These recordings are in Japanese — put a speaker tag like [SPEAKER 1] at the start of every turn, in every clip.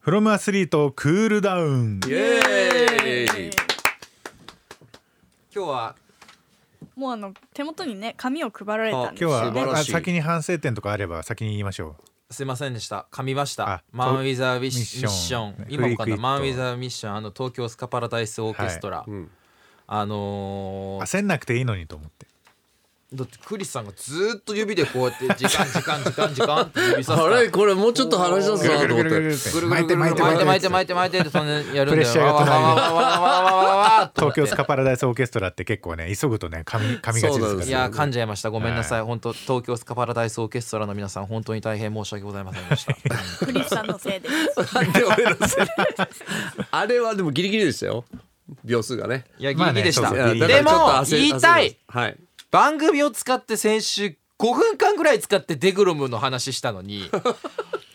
[SPEAKER 1] フロムアスリートクールダウン
[SPEAKER 2] イエーイ今日は
[SPEAKER 3] もうあの手元にね紙を配られたんです
[SPEAKER 1] 今日は
[SPEAKER 2] 素
[SPEAKER 3] よ
[SPEAKER 2] 晴
[SPEAKER 3] ね
[SPEAKER 2] ら
[SPEAKER 1] あ
[SPEAKER 2] しい
[SPEAKER 1] 先に反省点とかあれば先に言いましょ
[SPEAKER 2] すいませんでした噛みまし
[SPEAKER 1] あ
[SPEAKER 2] たマン・ウィザー・ミッシ
[SPEAKER 1] ミッ
[SPEAKER 2] ミッ
[SPEAKER 1] シ
[SPEAKER 2] シ
[SPEAKER 1] ョ
[SPEAKER 2] ョ
[SPEAKER 1] ン
[SPEAKER 2] ン今分かっ
[SPEAKER 1] フリークイッ
[SPEAKER 2] た
[SPEAKER 1] ト
[SPEAKER 2] マン・ウィザー・ミッションあの東京スカパラダイスオーケストラ、
[SPEAKER 4] うん
[SPEAKER 2] あの
[SPEAKER 1] う
[SPEAKER 2] ー
[SPEAKER 1] 焦んなくていいのにと思って
[SPEAKER 2] だってクリスさんがずーっと指でこうやって時間時間時間時間って指さす
[SPEAKER 4] あ
[SPEAKER 2] から
[SPEAKER 4] れこれもうちょっと話し出すなと思 って
[SPEAKER 2] ぐるぐ
[SPEAKER 1] 巻
[SPEAKER 2] る
[SPEAKER 1] いて
[SPEAKER 2] ぐ
[SPEAKER 1] 巻
[SPEAKER 2] る
[SPEAKER 1] いて
[SPEAKER 2] ぐる巻いて
[SPEAKER 1] 巻
[SPEAKER 2] 巻
[SPEAKER 1] いて
[SPEAKER 2] いて巻いて巻いてってそんなやるんだよ
[SPEAKER 1] プレッシャーが隣に
[SPEAKER 2] わわわわわわわわわわ
[SPEAKER 1] 東京スカパラダイスオーケストラって結構ね急ぐとね髪髪がちで
[SPEAKER 4] そ
[SPEAKER 1] す
[SPEAKER 4] うなん
[SPEAKER 1] か
[SPEAKER 4] で
[SPEAKER 1] ら
[SPEAKER 4] す
[SPEAKER 2] いやー噛んじゃいましたごめんなさい、本当東京スカパラダイスオーケストラの皆さん本当に大変申し訳ございませんでした
[SPEAKER 3] クリスさんのせいです
[SPEAKER 4] なんで俺のせいあれはでもギリギリでしたよ秒数がね
[SPEAKER 2] いやギ
[SPEAKER 1] まあね
[SPEAKER 2] リギリでし
[SPEAKER 1] そ
[SPEAKER 2] た、
[SPEAKER 1] うそ
[SPEAKER 4] い
[SPEAKER 1] う
[SPEAKER 4] や
[SPEAKER 1] ギリギ
[SPEAKER 4] だ
[SPEAKER 1] リ
[SPEAKER 2] で
[SPEAKER 4] からちょっと
[SPEAKER 2] も
[SPEAKER 4] 焦
[SPEAKER 2] 言いたい
[SPEAKER 4] はい
[SPEAKER 2] 番組を使って先週5分間ぐらい使ってデグロムの話したの に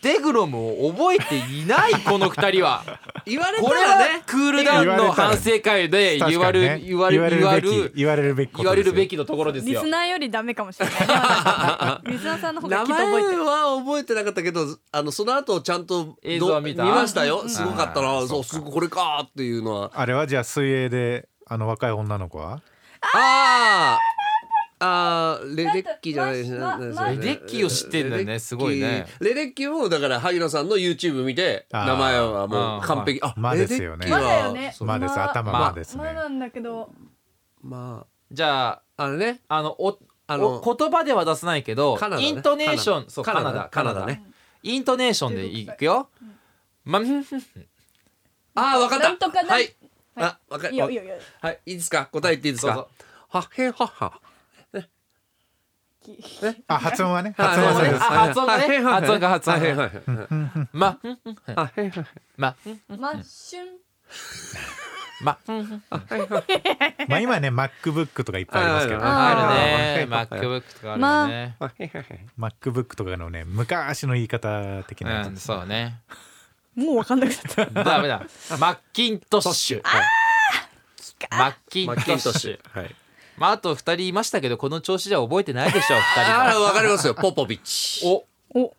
[SPEAKER 2] デグロムを覚えていないこの2人は
[SPEAKER 4] 言われ
[SPEAKER 2] これはクールダウンの反省会で
[SPEAKER 1] 確か
[SPEAKER 2] 言
[SPEAKER 1] に
[SPEAKER 2] われ
[SPEAKER 1] ね
[SPEAKER 2] る言われる
[SPEAKER 1] 言
[SPEAKER 2] 言
[SPEAKER 1] わ
[SPEAKER 2] わ
[SPEAKER 1] れ
[SPEAKER 2] れ
[SPEAKER 1] るべ
[SPEAKER 2] る
[SPEAKER 1] き言われるべきこと
[SPEAKER 2] 言われるべ
[SPEAKER 1] き
[SPEAKER 2] きのところです
[SPEAKER 3] リ
[SPEAKER 2] よ
[SPEAKER 3] ス。ナーよりダメかもしれないね私リスナーさんの方がき
[SPEAKER 4] 名
[SPEAKER 3] っと
[SPEAKER 4] 前
[SPEAKER 3] 覚えてる
[SPEAKER 4] は覚えてなかったけどあのその後ちゃんと
[SPEAKER 2] 映像は見た
[SPEAKER 4] 見ましたよすごかった
[SPEAKER 2] あ
[SPEAKER 4] な
[SPEAKER 2] ー
[SPEAKER 4] そうすごいこれかーっていうのは
[SPEAKER 1] あれはじゃあ水泳であの若い女の子は
[SPEAKER 4] あああーレデッキじゃないです
[SPEAKER 3] だってま
[SPEAKER 4] なんですよね
[SPEAKER 2] レデッキを知ってんだよね
[SPEAKER 4] レデッキ
[SPEAKER 2] すごいね
[SPEAKER 4] レデッキもだから萩野さんの YouTube 見て
[SPEAKER 1] あー
[SPEAKER 4] 名前はもう完璧あ
[SPEAKER 1] まあ
[SPEAKER 4] レ
[SPEAKER 1] で
[SPEAKER 4] デ
[SPEAKER 1] す
[SPEAKER 4] ッ
[SPEAKER 1] よね
[SPEAKER 4] キ
[SPEAKER 3] ま
[SPEAKER 4] は
[SPEAKER 3] だよね
[SPEAKER 1] まあです頭
[SPEAKER 2] ま
[SPEAKER 1] ま
[SPEAKER 2] あ
[SPEAKER 1] あですね
[SPEAKER 3] まなんだけど
[SPEAKER 4] ま
[SPEAKER 2] じゃあ
[SPEAKER 4] ああれね
[SPEAKER 2] あのお
[SPEAKER 4] あの
[SPEAKER 2] お言葉では出さないけど、
[SPEAKER 4] カナダね
[SPEAKER 2] イントネーションそう
[SPEAKER 4] カ
[SPEAKER 2] カ
[SPEAKER 4] ナ
[SPEAKER 2] ナ
[SPEAKER 4] ダ
[SPEAKER 2] ダカナ
[SPEAKER 4] カナダ
[SPEAKER 2] ダ
[SPEAKER 4] ね
[SPEAKER 2] ねイントネーションでいくよ。ま
[SPEAKER 4] ああわかった
[SPEAKER 3] なんとかな
[SPEAKER 4] はいあわか
[SPEAKER 3] いいよいいよいいよ
[SPEAKER 4] はいいいですか答え言っていいです
[SPEAKER 2] どう
[SPEAKER 4] かはへはは
[SPEAKER 3] き
[SPEAKER 1] あ発音はね
[SPEAKER 4] あ
[SPEAKER 1] 発音は
[SPEAKER 2] そう
[SPEAKER 1] そう
[SPEAKER 2] ね
[SPEAKER 1] です
[SPEAKER 2] あ発音がね発音が発音が
[SPEAKER 4] はいはいはいはい
[SPEAKER 2] ま
[SPEAKER 4] あへは
[SPEAKER 2] ま
[SPEAKER 3] マッシュン
[SPEAKER 2] ま
[SPEAKER 1] まあ今ね MacBook とかいっぱいありますけど
[SPEAKER 4] はいはい
[SPEAKER 2] あ
[SPEAKER 1] ー
[SPEAKER 2] るね MacBook とかあるね。
[SPEAKER 4] はへはへ
[SPEAKER 1] MacBook とかのね昔の言い方的なやつ
[SPEAKER 2] うんそうね。
[SPEAKER 3] もうわかんなくなった
[SPEAKER 2] ダメだ。マッキントッシュ。マッキン
[SPEAKER 4] マ
[SPEAKER 2] ト
[SPEAKER 4] ッキント
[SPEAKER 2] ッ
[SPEAKER 4] ッ
[SPEAKER 2] シ
[SPEAKER 4] シ
[SPEAKER 2] ュ
[SPEAKER 4] ュ。はい
[SPEAKER 2] まああと二人いましたけどこの調子じゃ覚えてないでしょう
[SPEAKER 4] あ
[SPEAKER 2] 二
[SPEAKER 4] あわかりますよポポビッチ
[SPEAKER 2] 人は。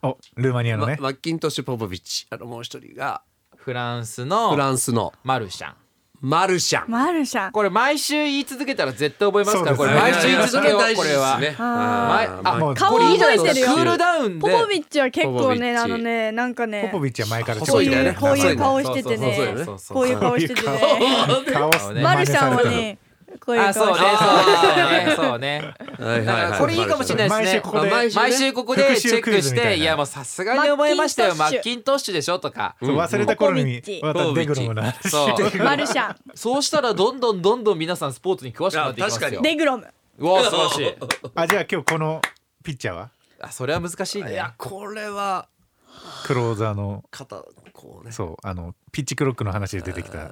[SPEAKER 1] おルーマニアの
[SPEAKER 4] ま
[SPEAKER 1] ね
[SPEAKER 4] マッキントッシュポポビッチあのもう一人が
[SPEAKER 2] おフランス
[SPEAKER 4] フ
[SPEAKER 2] の
[SPEAKER 4] ランスの
[SPEAKER 2] マルシャン。
[SPEAKER 4] マルシャン
[SPEAKER 3] マルシャン
[SPEAKER 2] これ毎週言い続けたら絶対覚えますから
[SPEAKER 1] そ
[SPEAKER 2] こ
[SPEAKER 1] う
[SPEAKER 2] れ
[SPEAKER 1] ですね
[SPEAKER 2] 毎週言い続けようこれは。
[SPEAKER 4] ね
[SPEAKER 2] 前
[SPEAKER 4] あ
[SPEAKER 2] あ
[SPEAKER 1] もう
[SPEAKER 2] これいいじゃないですか
[SPEAKER 3] 覚えてるよ
[SPEAKER 2] クールダウン
[SPEAKER 3] ポ
[SPEAKER 2] で。
[SPEAKER 3] ポビッチは結
[SPEAKER 4] ポポ
[SPEAKER 3] 構
[SPEAKER 4] ビッ
[SPEAKER 3] ね
[SPEAKER 4] チ
[SPEAKER 3] あのねなんかね
[SPEAKER 1] ポポビッチは前からちょ
[SPEAKER 3] こ
[SPEAKER 1] こ
[SPEAKER 3] う
[SPEAKER 1] ち
[SPEAKER 4] 細
[SPEAKER 1] ょ
[SPEAKER 4] だよ
[SPEAKER 3] い
[SPEAKER 4] ね
[SPEAKER 3] うこういう
[SPEAKER 2] 細
[SPEAKER 3] 顔
[SPEAKER 2] いね
[SPEAKER 3] してて
[SPEAKER 2] そうそうそう
[SPEAKER 3] ね
[SPEAKER 2] そうそう
[SPEAKER 3] こういう顔しててね
[SPEAKER 1] 顔
[SPEAKER 2] 顔ね
[SPEAKER 3] マルシャンは
[SPEAKER 1] 真似され
[SPEAKER 3] ねこうい
[SPEAKER 2] あ
[SPEAKER 3] う
[SPEAKER 2] そう
[SPEAKER 3] 顔
[SPEAKER 2] ね
[SPEAKER 3] してて
[SPEAKER 2] そうねそうね。
[SPEAKER 4] はい
[SPEAKER 2] だ
[SPEAKER 4] は
[SPEAKER 2] か
[SPEAKER 4] いは
[SPEAKER 2] ら
[SPEAKER 4] い
[SPEAKER 2] これいいかもしれないです
[SPEAKER 1] 毎週
[SPEAKER 2] ね
[SPEAKER 1] こ。こで
[SPEAKER 4] あ毎週
[SPEAKER 2] 毎週ここでチェッ
[SPEAKER 1] 復習
[SPEAKER 2] ク
[SPEAKER 1] クイズ
[SPEAKER 2] し
[SPEAKER 1] みたいな
[SPEAKER 2] ていやもうさすがに覚えましたよマ
[SPEAKER 3] マ
[SPEAKER 2] ッ
[SPEAKER 3] ッ
[SPEAKER 2] キントッシュでしょとか。
[SPEAKER 1] そう忘れた頃に
[SPEAKER 3] ポポビッチ
[SPEAKER 1] またデグロムの話
[SPEAKER 2] そう
[SPEAKER 3] マルシャン
[SPEAKER 2] そうしたらどんどんどんどん皆さんスポーツに詳しくなっていきます
[SPEAKER 4] いや
[SPEAKER 2] よ。
[SPEAKER 3] デグロム
[SPEAKER 2] うわ素晴らしい。
[SPEAKER 1] あじゃあ今日このピッチャーは
[SPEAKER 2] あそれは難しい
[SPEAKER 4] い
[SPEAKER 2] ね
[SPEAKER 4] や。これは
[SPEAKER 1] クローザーの
[SPEAKER 4] 肩こうね
[SPEAKER 1] そうあのピッチクロックの話で出てきた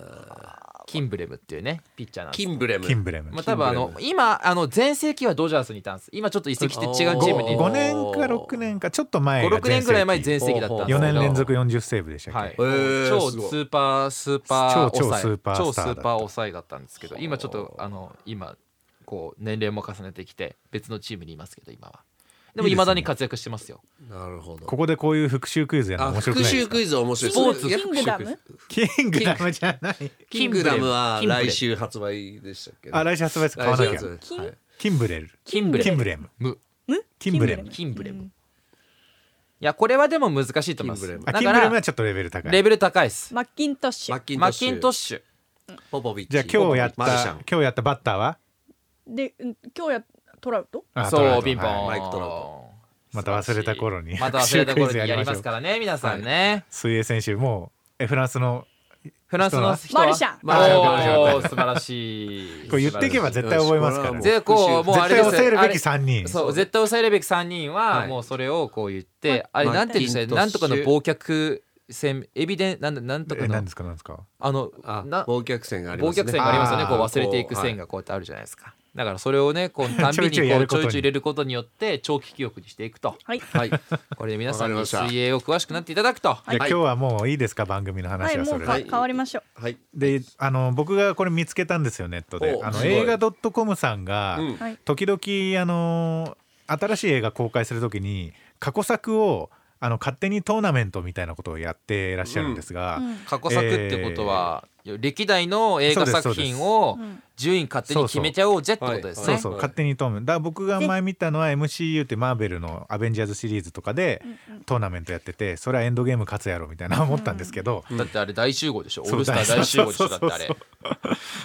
[SPEAKER 2] キンブレムっていうねピッチャーなんです
[SPEAKER 4] キンブレム
[SPEAKER 1] キンブレム
[SPEAKER 2] まあ多分あの今あの全盛期はドジャースにいたんです。今ちょっと移籍して違うチームに
[SPEAKER 4] お
[SPEAKER 1] 5
[SPEAKER 4] ー
[SPEAKER 1] 年か6年かちょっと前
[SPEAKER 2] 5、
[SPEAKER 1] が
[SPEAKER 2] 6年ぐらい前
[SPEAKER 1] 全
[SPEAKER 2] 全
[SPEAKER 1] 盛
[SPEAKER 2] 盛期だったんです
[SPEAKER 1] 期
[SPEAKER 2] けど。
[SPEAKER 1] 4年連続40セーブでしたっけ、
[SPEAKER 2] はい、
[SPEAKER 4] ー
[SPEAKER 2] 超
[SPEAKER 4] す
[SPEAKER 2] ス
[SPEAKER 4] ごい
[SPEAKER 2] ーパースーパー
[SPEAKER 1] 超超スーパー
[SPEAKER 2] 超
[SPEAKER 1] ス
[SPEAKER 2] ス
[SPEAKER 1] ターだった
[SPEAKER 2] ーパー抑えだったんですけど今ちょっとあの今こう年齢も重ねてきて別のチームにいますけど今はでも
[SPEAKER 1] いいですね
[SPEAKER 2] いまだに活躍してますよ
[SPEAKER 4] なるほど
[SPEAKER 1] ここでこういう復習クイズやる
[SPEAKER 4] あ
[SPEAKER 1] の面白く
[SPEAKER 4] 復
[SPEAKER 1] ないです
[SPEAKER 4] 習
[SPEAKER 1] か
[SPEAKER 4] クイズ面白い
[SPEAKER 2] スポーツ
[SPEAKER 4] いや
[SPEAKER 3] キングダム
[SPEAKER 1] キングダムじゃない
[SPEAKER 4] キングダムは来週発売でしたっけね
[SPEAKER 1] あ来週発売です買わ
[SPEAKER 4] 来
[SPEAKER 1] な
[SPEAKER 4] 週
[SPEAKER 1] きゃ
[SPEAKER 4] 発売
[SPEAKER 3] キン
[SPEAKER 4] はい
[SPEAKER 1] キンブレル
[SPEAKER 2] キンブレ
[SPEAKER 1] キン
[SPEAKER 2] ム
[SPEAKER 1] ブレム
[SPEAKER 2] ム
[SPEAKER 1] キンブレム
[SPEAKER 2] キンブレムいやこれはでも難しいと思いま
[SPEAKER 4] キンブ
[SPEAKER 2] す
[SPEAKER 4] レム
[SPEAKER 1] あ
[SPEAKER 2] だ
[SPEAKER 1] キン
[SPEAKER 2] か
[SPEAKER 1] ブレム
[SPEAKER 2] ら
[SPEAKER 1] はちょっとレベル高い
[SPEAKER 2] レベル高いです
[SPEAKER 3] マッキントッシ
[SPEAKER 4] マ
[SPEAKER 3] ュ
[SPEAKER 4] ッキン
[SPEAKER 2] マ
[SPEAKER 4] ト
[SPEAKER 2] ッキント
[SPEAKER 4] ッ
[SPEAKER 2] ッ
[SPEAKER 4] シュ
[SPEAKER 2] シュ
[SPEAKER 4] ポポビッチ
[SPEAKER 1] じゃあ今日やっ
[SPEAKER 4] マルシャ
[SPEAKER 1] た
[SPEAKER 4] ン
[SPEAKER 1] 今日やったバッターは
[SPEAKER 3] でうん今日やトラウト
[SPEAKER 1] あトラウト
[SPEAKER 2] そうビンポ
[SPEAKER 1] はい
[SPEAKER 2] ン
[SPEAKER 4] マイクトラウト
[SPEAKER 1] また忘れた頃に
[SPEAKER 2] また忘れ た
[SPEAKER 1] 復習クイ
[SPEAKER 2] 頃にや
[SPEAKER 1] ズやりましょう
[SPEAKER 2] りますからね皆さんね
[SPEAKER 1] 水泳選手もうえフランスの
[SPEAKER 2] フランスの人は
[SPEAKER 3] マルシャン
[SPEAKER 2] おー素晴らしい
[SPEAKER 1] これ言っていけば絶対覚えますから
[SPEAKER 4] よし
[SPEAKER 2] でこうもうあ
[SPEAKER 1] 絶対
[SPEAKER 2] れです
[SPEAKER 1] 抑えるべ
[SPEAKER 2] あ
[SPEAKER 1] き
[SPEAKER 2] れ
[SPEAKER 1] 3人
[SPEAKER 2] そう絶対抑えるべき3人
[SPEAKER 4] は
[SPEAKER 2] はいもうそれをこう言って、あれなんて言うんですか
[SPEAKER 4] マ
[SPEAKER 2] ねな
[SPEAKER 4] ッキン
[SPEAKER 2] ん
[SPEAKER 4] ト
[SPEAKER 2] と
[SPEAKER 4] ッシュ
[SPEAKER 2] かの忘却戦エビデンなんなんと
[SPEAKER 1] え
[SPEAKER 2] か
[SPEAKER 1] 何
[SPEAKER 2] の
[SPEAKER 1] ですか何ですか
[SPEAKER 2] あの
[SPEAKER 4] あ
[SPEAKER 2] な
[SPEAKER 4] 忘却線がありま
[SPEAKER 2] 忘
[SPEAKER 4] すね
[SPEAKER 2] 却線がありますよね
[SPEAKER 4] あー
[SPEAKER 2] こう忘れていく線
[SPEAKER 4] こ
[SPEAKER 2] がこうやってあるじゃないですかだからそれをねこうたんび
[SPEAKER 1] ちょいちょい
[SPEAKER 2] に
[SPEAKER 1] や
[SPEAKER 2] こ
[SPEAKER 1] る
[SPEAKER 2] う
[SPEAKER 1] ことに
[SPEAKER 2] ちょいちょい入れることによって長期記憶にしていくと
[SPEAKER 3] はい
[SPEAKER 4] うはいはい
[SPEAKER 2] これで皆さん
[SPEAKER 4] わ
[SPEAKER 2] に
[SPEAKER 4] かりました
[SPEAKER 2] 水泳を詳しくなっていただくと
[SPEAKER 1] じゃあ今日はもういいですか番組の
[SPEAKER 3] は
[SPEAKER 1] 話
[SPEAKER 3] い
[SPEAKER 1] は
[SPEAKER 3] も
[SPEAKER 1] そうれ
[SPEAKER 3] か
[SPEAKER 1] で
[SPEAKER 3] 変わりましょう
[SPEAKER 4] はい
[SPEAKER 1] であの僕がこれ見つけたんですよネットで
[SPEAKER 4] お
[SPEAKER 1] あ
[SPEAKER 4] す
[SPEAKER 1] の
[SPEAKER 4] ごい
[SPEAKER 1] 映画 .com さんが
[SPEAKER 4] うん
[SPEAKER 3] はい
[SPEAKER 1] 時々あの新しい映画公開するときに過去作をあの勝手にトーナメントみたいなことをやってらっしゃるんですが、
[SPEAKER 3] うん
[SPEAKER 2] 過去作ってことは、歴代の映画作品を
[SPEAKER 3] うん
[SPEAKER 2] 順位勝手に決めちゃおうぜってことですね。
[SPEAKER 1] そうそう、
[SPEAKER 4] はい
[SPEAKER 1] 勝手にトーナメントだから僕が前見たのは MCU ってマーベルの「アベンジャーズ」シリーズとかで
[SPEAKER 3] うん
[SPEAKER 1] トーナメントやっててそれはエンドゲーム勝つやろみたいな思ったんですけど、
[SPEAKER 2] だってあれ大集合でしょ。オ
[SPEAKER 1] そう
[SPEAKER 2] ールスター大集合でしょ。だってあれ
[SPEAKER 1] そう。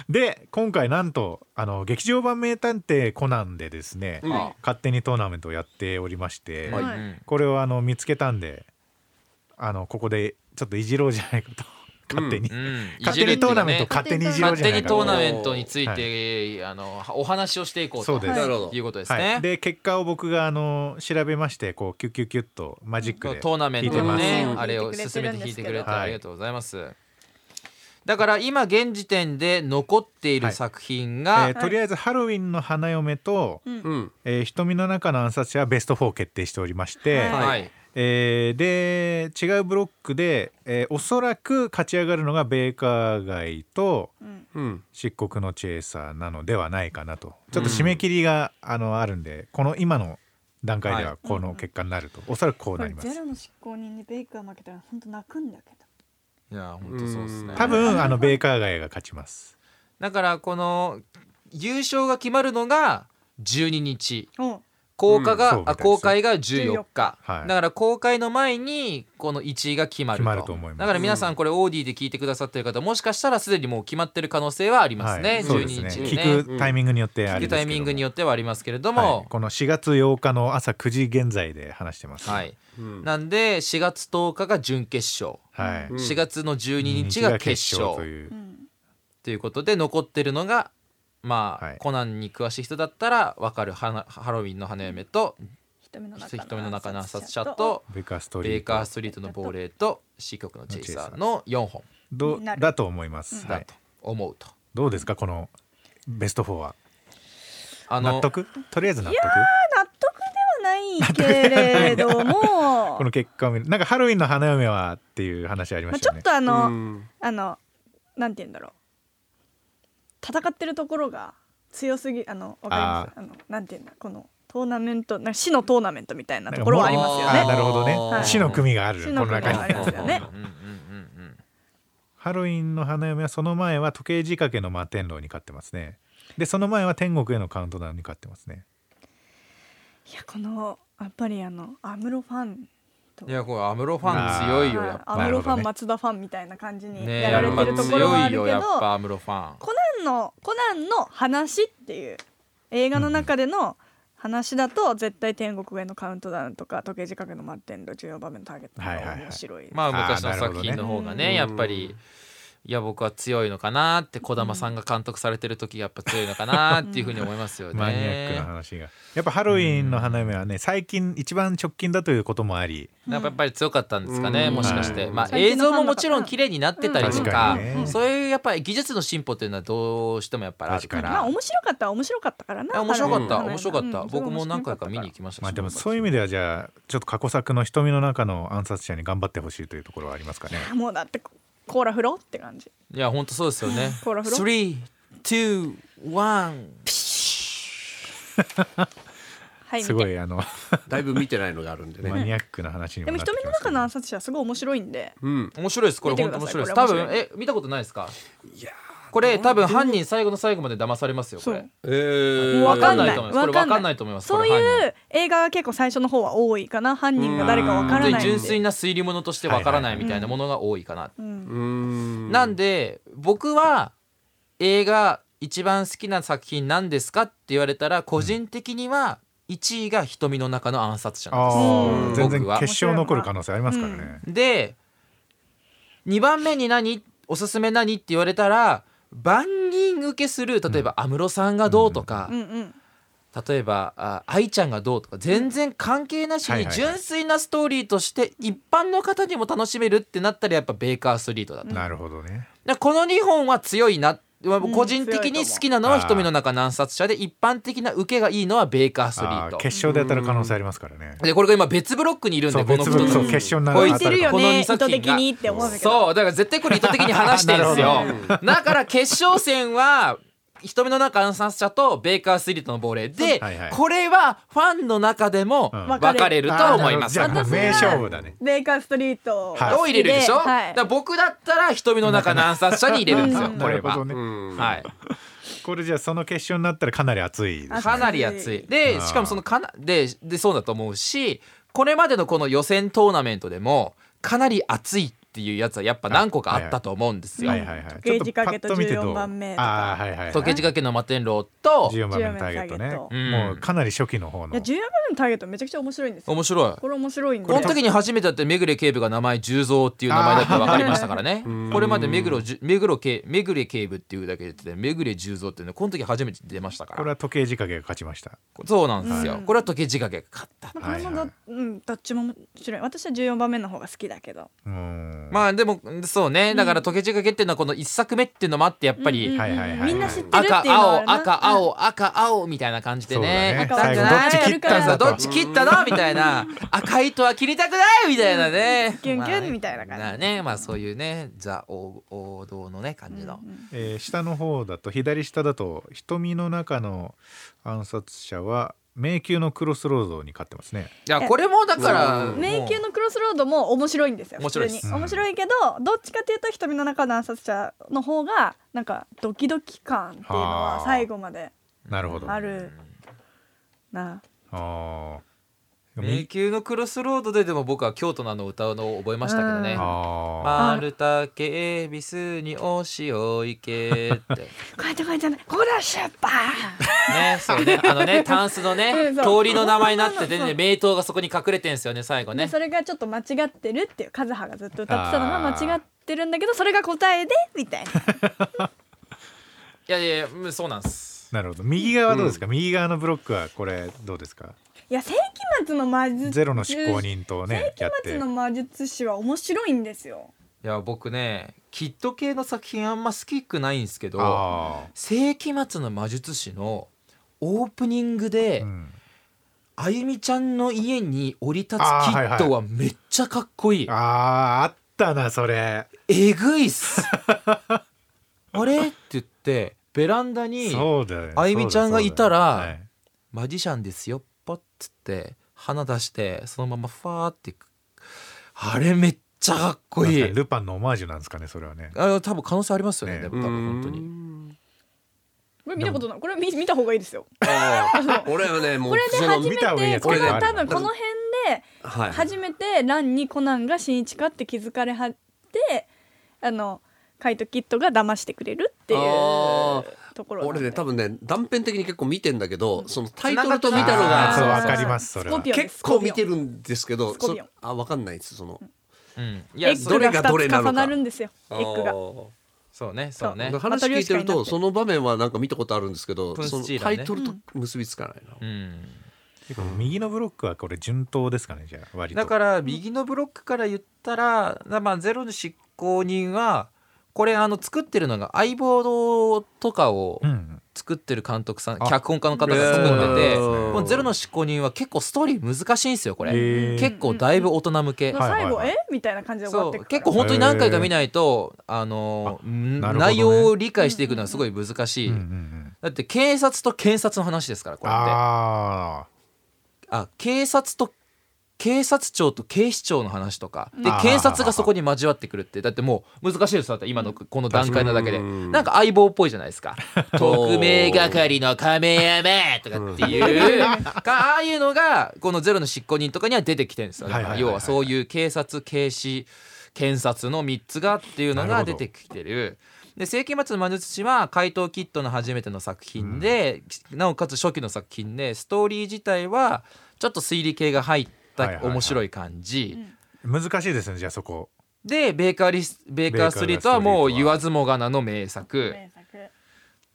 [SPEAKER 1] で今回なんとあの劇場版名探偵コナンでですね、
[SPEAKER 4] うん
[SPEAKER 2] あ
[SPEAKER 1] 勝手にトーナメントをやっておりまして、
[SPEAKER 3] はい
[SPEAKER 2] うん
[SPEAKER 1] これをあの見つけたんであのここでちょっといじろうじゃないかと勝手に、
[SPEAKER 2] うん
[SPEAKER 1] 勝手にトーナメントを勝手にいじろうじ
[SPEAKER 2] 勝
[SPEAKER 1] ゃ
[SPEAKER 2] 手
[SPEAKER 1] ない
[SPEAKER 2] に
[SPEAKER 1] かと
[SPEAKER 2] トーナメントについて、あのお話をしていこう
[SPEAKER 1] そう
[SPEAKER 2] と
[SPEAKER 1] です
[SPEAKER 4] なるほど
[SPEAKER 2] いうことです
[SPEAKER 1] は
[SPEAKER 2] ね
[SPEAKER 1] い、。で結果を僕があの調べましてこうキュッキュッキュッとマジック
[SPEAKER 2] そう
[SPEAKER 1] で
[SPEAKER 2] トーナメントの
[SPEAKER 4] 聞い
[SPEAKER 2] ね
[SPEAKER 4] てます
[SPEAKER 2] あれを進めて引いてくれて
[SPEAKER 1] はい
[SPEAKER 2] ありがとうございます。だから今現時点で残っている作品が、
[SPEAKER 1] えーとりあえずハロウィンの花嫁と、
[SPEAKER 3] うん
[SPEAKER 4] うん
[SPEAKER 1] えー瞳の中の暗殺者はベスト4決定しておりまして、
[SPEAKER 3] はい
[SPEAKER 2] はい
[SPEAKER 1] えーで違うブロックで、えーおそらく勝ち上がるのがベーカー街と
[SPEAKER 3] うん
[SPEAKER 4] うん
[SPEAKER 1] 漆黒のチェイサーなのではないかなとちょっと締め切りが、あのあるんでこの今の段階で
[SPEAKER 2] は
[SPEAKER 1] はこの結果になると、おそらくこう
[SPEAKER 3] こ
[SPEAKER 1] な
[SPEAKER 3] れ
[SPEAKER 1] りま
[SPEAKER 3] ゼ
[SPEAKER 1] す
[SPEAKER 3] ロの執行人にベイクが負けたら本当泣くんだけ
[SPEAKER 2] いや本当そうですね
[SPEAKER 4] うん
[SPEAKER 1] 多分あのベーカー街が勝ちます
[SPEAKER 2] だからこの優勝が決まるのが12日
[SPEAKER 3] ど。おう
[SPEAKER 2] 公開が、
[SPEAKER 1] うんそうみたい
[SPEAKER 2] あ
[SPEAKER 1] です
[SPEAKER 2] 公開が14日
[SPEAKER 1] はい
[SPEAKER 2] だから公開の前にこの1位が決まると
[SPEAKER 1] 決まると思います
[SPEAKER 2] だから皆さんこれオーディで聞いてくださってる方もしかしたらすでにもう決まってる可能性はありますね、
[SPEAKER 1] はい、そう
[SPEAKER 2] 12
[SPEAKER 1] ですね
[SPEAKER 2] 日にね
[SPEAKER 1] 聞くタイミングによってあ
[SPEAKER 2] 聞
[SPEAKER 1] れ
[SPEAKER 2] く
[SPEAKER 1] です
[SPEAKER 2] タ
[SPEAKER 1] け
[SPEAKER 2] イ
[SPEAKER 1] ど
[SPEAKER 2] ミングに
[SPEAKER 1] よ
[SPEAKER 2] よってはありますけれど
[SPEAKER 1] っ
[SPEAKER 2] も、
[SPEAKER 1] この4月8日の朝9時現在で話してます
[SPEAKER 2] はい、
[SPEAKER 4] うん
[SPEAKER 2] なんで4月10日が準決勝、
[SPEAKER 1] はい
[SPEAKER 4] うん
[SPEAKER 2] 4月の12
[SPEAKER 1] 12
[SPEAKER 2] 日が決勝
[SPEAKER 1] と
[SPEAKER 2] という
[SPEAKER 1] いう
[SPEAKER 3] うん
[SPEAKER 2] ことで残ってるのがまあ、
[SPEAKER 1] はい
[SPEAKER 2] コナンに詳しい人だったら分かるハナハロウィンの花嫁と
[SPEAKER 3] 瞳の中の
[SPEAKER 2] 瞳の中の暗殺者と
[SPEAKER 1] ベーカースト
[SPEAKER 2] ベ
[SPEAKER 1] リ
[SPEAKER 2] ー
[SPEAKER 1] ー
[SPEAKER 2] カー
[SPEAKER 1] ト
[SPEAKER 2] ストリートの亡霊と四国のチェイサーの4本
[SPEAKER 1] ど
[SPEAKER 3] になる
[SPEAKER 1] だと思います、は
[SPEAKER 2] だ
[SPEAKER 1] い
[SPEAKER 2] と、思うと。
[SPEAKER 1] どうですかこのベスト4は
[SPEAKER 2] あ
[SPEAKER 1] 納
[SPEAKER 2] の
[SPEAKER 1] 得とりあえず納得
[SPEAKER 3] 納得ではないけれど も
[SPEAKER 1] こ、の結果を見るなんかハロウィンの花嫁はっていう話ありま
[SPEAKER 3] まあ、
[SPEAKER 1] し
[SPEAKER 3] ち
[SPEAKER 1] たよ
[SPEAKER 3] ょっ
[SPEAKER 1] ね、
[SPEAKER 3] とあの、
[SPEAKER 4] うん
[SPEAKER 3] あのなんて言うんだろう戦ってるところが強すぎあのわかりますあのなんて言うんだこのトーナメントな死のトーナメントみたいなところはありますよ
[SPEAKER 2] なんかもう
[SPEAKER 1] な
[SPEAKER 3] ね
[SPEAKER 1] るほどね、
[SPEAKER 2] はい
[SPEAKER 1] 死の組がある
[SPEAKER 3] 死
[SPEAKER 1] こ
[SPEAKER 3] の
[SPEAKER 1] の
[SPEAKER 3] 組
[SPEAKER 1] 中
[SPEAKER 3] があ
[SPEAKER 1] に
[SPEAKER 3] りますよね
[SPEAKER 2] うんうんうんうんうん
[SPEAKER 1] ハロウィンの花嫁はその前は時計仕掛けの摩天楼に勝ってますねでその前は天国へのカウントダウンに勝ってますね
[SPEAKER 3] いやこのやっぱりあのアムロファンと
[SPEAKER 2] いやこれ安室ファン強いよ
[SPEAKER 3] はい
[SPEAKER 2] やっ
[SPEAKER 3] ア
[SPEAKER 2] ぱ
[SPEAKER 3] ムロフ
[SPEAKER 1] なるほ
[SPEAKER 3] ァ
[SPEAKER 1] ど
[SPEAKER 3] ン、
[SPEAKER 1] ね
[SPEAKER 3] 松田ファンみたいな感じに
[SPEAKER 2] ねや
[SPEAKER 3] やられ
[SPEAKER 2] ってぱ
[SPEAKER 3] るところは
[SPEAKER 2] 強
[SPEAKER 3] あ
[SPEAKER 2] い
[SPEAKER 3] る
[SPEAKER 2] よ
[SPEAKER 3] けど、
[SPEAKER 2] やっぱ安室ファン。
[SPEAKER 3] コナンのコナンの話っていう映画の中での話だと絶対天国へのカウントダウンとか時計仕掛けの満点の14番目のターゲット
[SPEAKER 1] はいはい
[SPEAKER 3] が
[SPEAKER 1] はい
[SPEAKER 3] 面白い
[SPEAKER 2] まあ昔の
[SPEAKER 1] あーなるほ
[SPEAKER 2] 作
[SPEAKER 1] どね
[SPEAKER 2] 品の方がね
[SPEAKER 4] うん
[SPEAKER 2] やっぱりいや僕は強いのかなって児玉さんが監督されてる時がやっぱ強いのかなっていうふうに思いますよね。
[SPEAKER 1] マニアックな話がやっぱハロウィンの花嫁はね最近一番直近だということもあり
[SPEAKER 2] なんかやっぱり強かったんですかね、
[SPEAKER 4] うん
[SPEAKER 2] もしかして、
[SPEAKER 4] うん
[SPEAKER 2] まあ、
[SPEAKER 3] 最
[SPEAKER 2] 映
[SPEAKER 3] 近の
[SPEAKER 2] 像
[SPEAKER 3] ファ
[SPEAKER 2] も
[SPEAKER 3] ンだ
[SPEAKER 2] も
[SPEAKER 3] から
[SPEAKER 2] ちろん綺麗になってたりと
[SPEAKER 1] 確
[SPEAKER 2] か
[SPEAKER 1] かにね
[SPEAKER 2] そういうやっぱり技術の進歩っていうのはどうしてもやっぱりあるから
[SPEAKER 1] 確
[SPEAKER 3] まあ
[SPEAKER 1] か
[SPEAKER 3] 面白かったは面白かったからな
[SPEAKER 2] あ面白かった、
[SPEAKER 3] うん
[SPEAKER 2] 面白かった、
[SPEAKER 3] うん
[SPEAKER 2] 僕も何回か見に行きましたし
[SPEAKER 1] まあでもそういう意味ではじゃあちょっと過去作の瞳の中の暗殺者に頑張ってほしいというところはありますかね
[SPEAKER 3] あもうだってココーラ風呂って感じ
[SPEAKER 2] いや本当そうですよ ね。
[SPEAKER 3] コーラ風呂
[SPEAKER 2] 3 2 1
[SPEAKER 3] はい
[SPEAKER 1] すご
[SPEAKER 3] 見て
[SPEAKER 1] いあの
[SPEAKER 4] だいぶ見てないのがあるんで
[SPEAKER 1] マ
[SPEAKER 4] ね
[SPEAKER 1] ニアックな話に
[SPEAKER 3] で
[SPEAKER 1] も
[SPEAKER 3] も
[SPEAKER 1] なって
[SPEAKER 3] 瞳
[SPEAKER 1] き
[SPEAKER 3] の
[SPEAKER 1] ますけ
[SPEAKER 3] 中
[SPEAKER 1] ど
[SPEAKER 3] の暗殺者はすごい面白いんで
[SPEAKER 4] うん
[SPEAKER 2] 面白いですこれ
[SPEAKER 3] 見て
[SPEAKER 2] 本
[SPEAKER 3] く
[SPEAKER 2] 当
[SPEAKER 3] だ
[SPEAKER 2] 面
[SPEAKER 3] さい
[SPEAKER 2] 白いです
[SPEAKER 3] こ
[SPEAKER 2] 多
[SPEAKER 3] れ面白い
[SPEAKER 2] 分え見たことないですかこれ多分犯人最後の最後まで騙されますよこ
[SPEAKER 3] そ
[SPEAKER 2] れ
[SPEAKER 3] う
[SPEAKER 4] えー
[SPEAKER 2] わ
[SPEAKER 3] わ
[SPEAKER 2] か
[SPEAKER 3] か
[SPEAKER 2] ん
[SPEAKER 3] ん
[SPEAKER 2] な
[SPEAKER 3] ないい
[SPEAKER 2] と思いますこれわかんないと思います
[SPEAKER 3] そう
[SPEAKER 2] これ犯人
[SPEAKER 3] いう映画は結構最初の方は多いかな犯人が誰かわから
[SPEAKER 2] 本
[SPEAKER 3] な
[SPEAKER 2] 当
[SPEAKER 3] い
[SPEAKER 2] に純
[SPEAKER 3] ん
[SPEAKER 2] 粋
[SPEAKER 3] で、
[SPEAKER 2] な推理物としてわからないみたいなものが多いかな、
[SPEAKER 3] うん
[SPEAKER 4] うーん
[SPEAKER 2] なんで僕は映画一番好きな作品なんですかって言われたら個人的には1位が瞳の中の暗殺者なんです
[SPEAKER 1] あ
[SPEAKER 4] うん
[SPEAKER 1] あ全然
[SPEAKER 2] 僕
[SPEAKER 1] 決
[SPEAKER 2] は
[SPEAKER 1] 勝残る可能性ありますからね、
[SPEAKER 2] で2番目に何おすすめ何って言われたら万人受けする例えば安室さんがどうとか、
[SPEAKER 3] うんうん
[SPEAKER 2] 例えばあ愛ちゃんがどうとか全然関係なし
[SPEAKER 1] はい
[SPEAKER 2] に
[SPEAKER 1] はいはい
[SPEAKER 2] 純粋なストーリーとして一般の方にも楽しめるってなったらやっぱベーカーストリートだと、
[SPEAKER 1] なるほどね
[SPEAKER 2] でこの2本は強いなまあ
[SPEAKER 3] うん
[SPEAKER 2] 個人的に好きなのは瞳の中の暗殺者で一般的な受けがいいのはベーカーストリ
[SPEAKER 1] あ
[SPEAKER 2] ー
[SPEAKER 1] あ
[SPEAKER 2] ト
[SPEAKER 1] 決勝で当たる可能性ありますからね
[SPEAKER 2] でこれが今別ブロックにいるん
[SPEAKER 1] そ
[SPEAKER 2] で
[SPEAKER 1] う
[SPEAKER 2] この
[SPEAKER 1] 別分
[SPEAKER 2] 2つ
[SPEAKER 1] そう
[SPEAKER 4] うん
[SPEAKER 1] 決勝にな
[SPEAKER 2] こい
[SPEAKER 1] る
[SPEAKER 2] つ
[SPEAKER 1] 当た
[SPEAKER 3] いる
[SPEAKER 1] る
[SPEAKER 3] よ
[SPEAKER 2] この二
[SPEAKER 3] ね意
[SPEAKER 2] 作
[SPEAKER 3] 図
[SPEAKER 2] 品が
[SPEAKER 3] 的にって思うんだけど
[SPEAKER 2] そうだから絶対これ意図的に話してるんです
[SPEAKER 4] な
[SPEAKER 2] よ
[SPEAKER 4] るほ
[SPEAKER 2] だから決勝戦は瞳の中暗殺者とベイカースイリートの亡霊で、
[SPEAKER 1] はいはい
[SPEAKER 2] これはファンの中でも
[SPEAKER 1] うん
[SPEAKER 2] 分かれると思います。
[SPEAKER 1] あーなるほどじゃあ
[SPEAKER 3] 私は
[SPEAKER 1] 名勝負だね
[SPEAKER 3] ベイカーストリート
[SPEAKER 1] はい
[SPEAKER 2] を入れるでしょ、
[SPEAKER 3] はい
[SPEAKER 2] だから僕だったら瞳の中の暗殺者に入れるんですよ、
[SPEAKER 3] うん
[SPEAKER 2] こ
[SPEAKER 1] な
[SPEAKER 2] れ
[SPEAKER 1] るほ
[SPEAKER 2] は、
[SPEAKER 1] どね、
[SPEAKER 4] うん
[SPEAKER 2] はい
[SPEAKER 1] これじゃあその決勝になったらかなり熱いですね
[SPEAKER 2] かなり熱い
[SPEAKER 1] あ
[SPEAKER 2] で
[SPEAKER 1] ー
[SPEAKER 2] しかもそのかなででそうだと思うしこれまでのこの予選トーナメントでもかなり熱いっていうやつはやっぱ何個かあったと思うんですよ
[SPEAKER 1] はいはいはい。
[SPEAKER 3] ゲージかけと
[SPEAKER 1] ちょっパッ見てどう
[SPEAKER 3] 14番目とか
[SPEAKER 1] ああはいはいはい。
[SPEAKER 2] 時計仕掛けの摩天楼と
[SPEAKER 1] 14番目のターゲットね。
[SPEAKER 3] 14
[SPEAKER 2] 番目
[SPEAKER 1] も
[SPEAKER 2] のターゲット
[SPEAKER 1] うかなり初期の方
[SPEAKER 3] いや
[SPEAKER 1] の。
[SPEAKER 3] 14番目のターゲットめちゃくちゃ面白いんですよ
[SPEAKER 2] 面白い
[SPEAKER 3] これ面白いんで
[SPEAKER 2] この時に初めてだって目暮警部が名前十蔵っていう名前だって分かりましたからね
[SPEAKER 4] ー
[SPEAKER 2] これまで目黒じゅ目黒警目暮警部っていうだけで言ってて目暮十蔵っていうのこの時初めて出ましたか
[SPEAKER 1] これ
[SPEAKER 2] ら
[SPEAKER 1] は時計仕掛けが勝ちました。
[SPEAKER 2] そうなんです
[SPEAKER 3] う
[SPEAKER 2] よ
[SPEAKER 3] ん
[SPEAKER 2] これは時計仕掛けが勝った
[SPEAKER 3] まあこれもど,、
[SPEAKER 1] はいはい
[SPEAKER 3] うん、どっちも面白い私は14番目の方が好きだけど
[SPEAKER 1] うーん。
[SPEAKER 2] まあでもそうねだから時計仕掛けっていうのはこの一作目っていうのもあってやっぱ
[SPEAKER 3] うんうん
[SPEAKER 2] り
[SPEAKER 1] はいはいはいはい
[SPEAKER 3] みんな知ってるっていう
[SPEAKER 2] 赤
[SPEAKER 3] のはある
[SPEAKER 2] 青
[SPEAKER 3] な
[SPEAKER 2] 赤青赤青みたいな感じでね
[SPEAKER 1] そうだね
[SPEAKER 2] やたくない
[SPEAKER 3] 最後どっち切ったんだと
[SPEAKER 2] どっち切ったのみたい な赤い糸は切りたくないみたいなね
[SPEAKER 3] キュンキュンみ
[SPEAKER 2] い
[SPEAKER 3] たいな感じ、
[SPEAKER 2] ねまあそういうねザ王王道のね感じの
[SPEAKER 3] うん
[SPEAKER 1] えー下の方だと左下だと瞳の中の暗殺者は迷宮のクロスロードに勝ってますね。
[SPEAKER 2] いやこれもだから
[SPEAKER 4] うん
[SPEAKER 3] 迷宮のクロスロードも面白いんですよ
[SPEAKER 2] 面
[SPEAKER 3] 普
[SPEAKER 2] 白い
[SPEAKER 3] 通
[SPEAKER 2] です
[SPEAKER 3] に面白いけどどっちかっていうと瞳の中の暗殺者の方がなんかドキドキ感っていうの
[SPEAKER 1] は
[SPEAKER 3] は
[SPEAKER 1] あ
[SPEAKER 3] 最後まで
[SPEAKER 1] なるほど。
[SPEAKER 3] あ
[SPEAKER 1] あ
[SPEAKER 3] るな
[SPEAKER 1] あー。
[SPEAKER 2] 迷
[SPEAKER 1] み
[SPEAKER 2] 宮のクロスロードででも僕は京都のあの歌うのを覚えましたけどね「
[SPEAKER 3] うん
[SPEAKER 1] あ
[SPEAKER 2] マルタケエビスにお塩いけ」 って。
[SPEAKER 3] こうやってこうやってねここだシュッパー
[SPEAKER 2] ね、そうね、あのね、タンスのね、
[SPEAKER 3] うんそう
[SPEAKER 2] 通りの名前になってて
[SPEAKER 3] そう
[SPEAKER 2] ね、名刀がそこに隠れてんすよね、最後
[SPEAKER 3] で
[SPEAKER 2] ね。
[SPEAKER 3] それがちょっと間違ってるっていうカズハがずっと歌ってたのが間違ってるんだけどそれが答えでみたいな
[SPEAKER 2] いやいや、うんそうなんです。
[SPEAKER 1] ー。なるほど。右側はどうですか。右側のブロックはこれどうですか。
[SPEAKER 3] いや世紀末の魔術
[SPEAKER 1] ゼロの執行人とねや
[SPEAKER 3] 世
[SPEAKER 1] っ
[SPEAKER 3] 紀末
[SPEAKER 1] て
[SPEAKER 3] の。魔術師は面白いんですよ
[SPEAKER 2] いや、僕ね、キッド系の作品あんま好きくないんですけど、
[SPEAKER 1] あ
[SPEAKER 2] 世紀末の魔術師のオープニング
[SPEAKER 1] あ。
[SPEAKER 2] で、
[SPEAKER 1] うん
[SPEAKER 2] あゆみちゃんの家に降り立つキ
[SPEAKER 1] あーはいは
[SPEAKER 2] ッ
[SPEAKER 1] い
[SPEAKER 2] ドはめっちゃかっこいい。
[SPEAKER 1] あああったなそれ。
[SPEAKER 2] えぐい っす。あれって言って、ベランダに、
[SPEAKER 1] そうだよね
[SPEAKER 2] あゆみちゃんがいたら
[SPEAKER 1] そうだよね
[SPEAKER 2] マジシャンですよポッつって鼻出してそのままファーってあれめっちゃかっこい
[SPEAKER 1] まさ
[SPEAKER 2] い
[SPEAKER 1] にルパンのオマージュなんですかねそれはね
[SPEAKER 2] あ多分可能性ありますよね
[SPEAKER 1] ね
[SPEAKER 2] で
[SPEAKER 4] う
[SPEAKER 2] も
[SPEAKER 4] ん
[SPEAKER 2] 多分本当に
[SPEAKER 3] これ見たことないこれ見見た方がいいですよ
[SPEAKER 4] あー俺はねも
[SPEAKER 3] こ
[SPEAKER 4] う
[SPEAKER 3] れで
[SPEAKER 4] その
[SPEAKER 3] 初め
[SPEAKER 1] 見た方がいい
[SPEAKER 3] て
[SPEAKER 1] やつ
[SPEAKER 3] これ
[SPEAKER 1] これ
[SPEAKER 3] は
[SPEAKER 1] があ
[SPEAKER 3] 多
[SPEAKER 1] る
[SPEAKER 3] 分この辺で
[SPEAKER 4] はい
[SPEAKER 3] 初めてランにコナンが新一かって気づかれはってあのカイトキッドが騙してくれるっていう
[SPEAKER 4] あ
[SPEAKER 3] ところ
[SPEAKER 4] 俺ね多分ね断片的に結構見てんだけどそのタイトルと見
[SPEAKER 2] 繋
[SPEAKER 4] たの
[SPEAKER 1] あーそう
[SPEAKER 4] が
[SPEAKER 1] わかりますそれは
[SPEAKER 3] スコピオンです
[SPEAKER 4] 結構見てるんですけど
[SPEAKER 3] スコピオン
[SPEAKER 4] そあわかんないですその
[SPEAKER 2] うんい
[SPEAKER 3] スコピオンエ
[SPEAKER 2] や
[SPEAKER 3] ッ
[SPEAKER 2] そ
[SPEAKER 3] グ
[SPEAKER 4] どれ
[SPEAKER 3] が
[SPEAKER 4] がどれ
[SPEAKER 3] 2
[SPEAKER 4] なの
[SPEAKER 3] つ
[SPEAKER 4] か
[SPEAKER 3] 重なるんですよエッグが
[SPEAKER 4] あー
[SPEAKER 2] そうねそうね
[SPEAKER 3] そ
[SPEAKER 4] 話聞いてる
[SPEAKER 3] ま
[SPEAKER 4] と
[SPEAKER 3] た
[SPEAKER 4] その場面はなんか見たことあるんですけど
[SPEAKER 2] プン
[SPEAKER 4] そ
[SPEAKER 2] ス
[SPEAKER 4] の
[SPEAKER 2] チーラ
[SPEAKER 4] タ
[SPEAKER 2] ーね
[SPEAKER 4] イトルと結びつかないな
[SPEAKER 2] うん
[SPEAKER 1] 結構右のブロックはこれ順当ですかねじゃあ割と
[SPEAKER 2] だから右のブロックから言ったら、まあ、ゼロの執行人はこれあの作ってるのが相棒とかを
[SPEAKER 1] うん
[SPEAKER 2] 作ってる監督さん、
[SPEAKER 1] あ
[SPEAKER 2] 脚本家の方が作ってて、
[SPEAKER 4] へー
[SPEAKER 2] このゼロの執行人は結構ストーリー難しいんですよこれ、
[SPEAKER 1] へー
[SPEAKER 2] 結構だいぶ大人向け、
[SPEAKER 3] ま
[SPEAKER 1] は
[SPEAKER 3] あ
[SPEAKER 1] いはい
[SPEAKER 3] 最後
[SPEAKER 1] はい
[SPEAKER 3] えみたいな感じで終わ
[SPEAKER 2] そ
[SPEAKER 3] って
[SPEAKER 2] う
[SPEAKER 3] く
[SPEAKER 2] 結
[SPEAKER 3] か
[SPEAKER 2] 構
[SPEAKER 3] ら
[SPEAKER 2] 本当に何回か見ないとあのん
[SPEAKER 1] なるほどね
[SPEAKER 2] 内容を理解していくのはすごい難しい、
[SPEAKER 1] うんうんうん
[SPEAKER 2] だって警察と検察の話ですからこれってあ
[SPEAKER 1] あ
[SPEAKER 2] 警察と警察庁と警視庁の話とかで
[SPEAKER 1] あー
[SPEAKER 2] 検察がそこに交わってくるってだってもう難しいですよだって今のこの段階なだけで
[SPEAKER 4] 確かに
[SPEAKER 2] なんか相棒っぽいじゃな いですか「特命係の亀山」とかっていうかああいうのがこの「ゼロの執行人」とかには出てきてるんですよだか
[SPEAKER 1] はいは
[SPEAKER 2] ら
[SPEAKER 1] いはいはい
[SPEAKER 2] 要はそういう警察警視検察の3つがっていう
[SPEAKER 1] な
[SPEAKER 2] の
[SPEAKER 1] る
[SPEAKER 2] が
[SPEAKER 1] ほど
[SPEAKER 2] 出てきてる。で世紀末の魔術師は怪盗キッドの初めての作品で、なおかつ初期の作品でストーリー自体はちょっと推理系が入っ
[SPEAKER 1] はい
[SPEAKER 2] た
[SPEAKER 1] はいはい
[SPEAKER 2] 面白い感じ、
[SPEAKER 1] ー難しいですねじゃあそこ
[SPEAKER 2] でベーカーリスベーカーストリートはもう言わずもがなの名作
[SPEAKER 3] 名作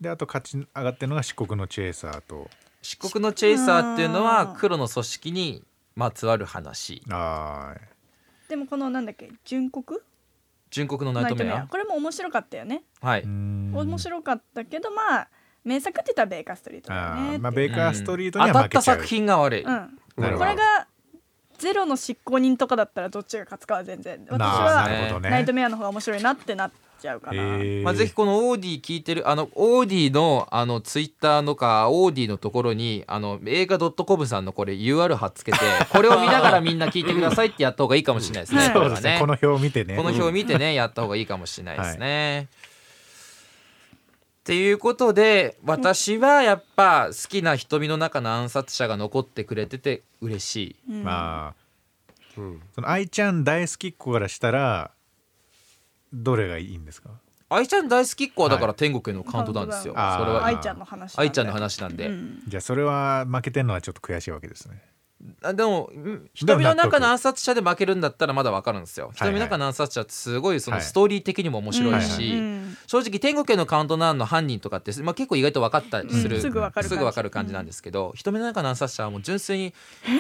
[SPEAKER 1] であと勝ち上がってるのが漆黒のチェイサーと
[SPEAKER 2] 漆黒のチェイサーっていうのは黒の組織にまつわる話
[SPEAKER 1] あー
[SPEAKER 3] でもこのなんだっけ純国
[SPEAKER 2] 純黒のナ
[SPEAKER 3] ナ
[SPEAKER 2] イ
[SPEAKER 3] イ
[SPEAKER 2] ト
[SPEAKER 3] ト
[SPEAKER 2] メ
[SPEAKER 3] メ
[SPEAKER 2] ア
[SPEAKER 3] アこれも面白かったよね
[SPEAKER 2] はいう
[SPEAKER 1] ー、ん
[SPEAKER 3] 面白かったけどまあ名作って言ったらベイカーストリートだよ
[SPEAKER 1] あ
[SPEAKER 3] ね
[SPEAKER 1] ーまあ
[SPEAKER 3] って
[SPEAKER 1] ベ
[SPEAKER 3] い
[SPEAKER 1] イ
[SPEAKER 3] う
[SPEAKER 1] カーストリート
[SPEAKER 2] 当
[SPEAKER 1] に
[SPEAKER 2] た
[SPEAKER 1] は
[SPEAKER 2] っ
[SPEAKER 1] 負け
[SPEAKER 2] た
[SPEAKER 1] ちゃう
[SPEAKER 2] 作品が悪い、
[SPEAKER 3] うん
[SPEAKER 1] なるほ
[SPEAKER 3] こ
[SPEAKER 1] ど
[SPEAKER 3] れがゼロの執行人とかだったらどっちが勝つかは全然私
[SPEAKER 1] な
[SPEAKER 3] は
[SPEAKER 1] なるほど
[SPEAKER 3] ナイト
[SPEAKER 1] ね
[SPEAKER 3] メアの方が面白いなってなっちちゃうか
[SPEAKER 1] え
[SPEAKER 3] ら、
[SPEAKER 1] ー
[SPEAKER 2] まあ、ぜひこのオーディ聞いてるあのオーディのあのツイッターのかオーディのところにあの映画 .com さんのこれ UR 貼っ つけてこれを見ながらみんな聞いてくださいってやった方がいいかもしれないですね。
[SPEAKER 3] うん
[SPEAKER 2] こ
[SPEAKER 1] そう
[SPEAKER 2] れ
[SPEAKER 1] で
[SPEAKER 2] は
[SPEAKER 1] すねこの表を見てね
[SPEAKER 2] この表見てね、やった方がいいかもしれないですね。っていうことで私はやっぱ好きな瞳の中の暗殺者が残ってくれてて嬉しい。
[SPEAKER 3] うん
[SPEAKER 1] まあ、
[SPEAKER 4] うん
[SPEAKER 1] その愛ちゃん大好きっ子からしたらどれがいいんですか
[SPEAKER 2] 愛ちゃん大好きっ子はだか
[SPEAKER 1] は
[SPEAKER 2] ら天国へのカウントダウンですよ。それ
[SPEAKER 1] カウントダウンあー
[SPEAKER 2] は
[SPEAKER 1] 愛
[SPEAKER 3] 愛ちゃんの話
[SPEAKER 2] 愛ちゃんの話なんで。
[SPEAKER 3] うん
[SPEAKER 1] じゃあそれは負けてんのはちょっと悔しいわけですね
[SPEAKER 2] あでもうん
[SPEAKER 1] でも
[SPEAKER 2] 瞳の
[SPEAKER 1] 納
[SPEAKER 2] 中
[SPEAKER 1] 得
[SPEAKER 2] の暗殺者で負けるんだったらまだわかるんですよ。
[SPEAKER 1] はいはい
[SPEAKER 2] 瞳の中の暗殺者ってすごいその
[SPEAKER 1] はい
[SPEAKER 2] ストーリー的にも面白いし、
[SPEAKER 3] うん
[SPEAKER 2] 正直天国へのカウントダウンの犯人とかって、まあ、結構意外と分かったりする、
[SPEAKER 1] うんす
[SPEAKER 3] ぐ分かる感じ
[SPEAKER 2] すぐ分かる感じなんですけど、瞳の中の暗殺者はもう純粋に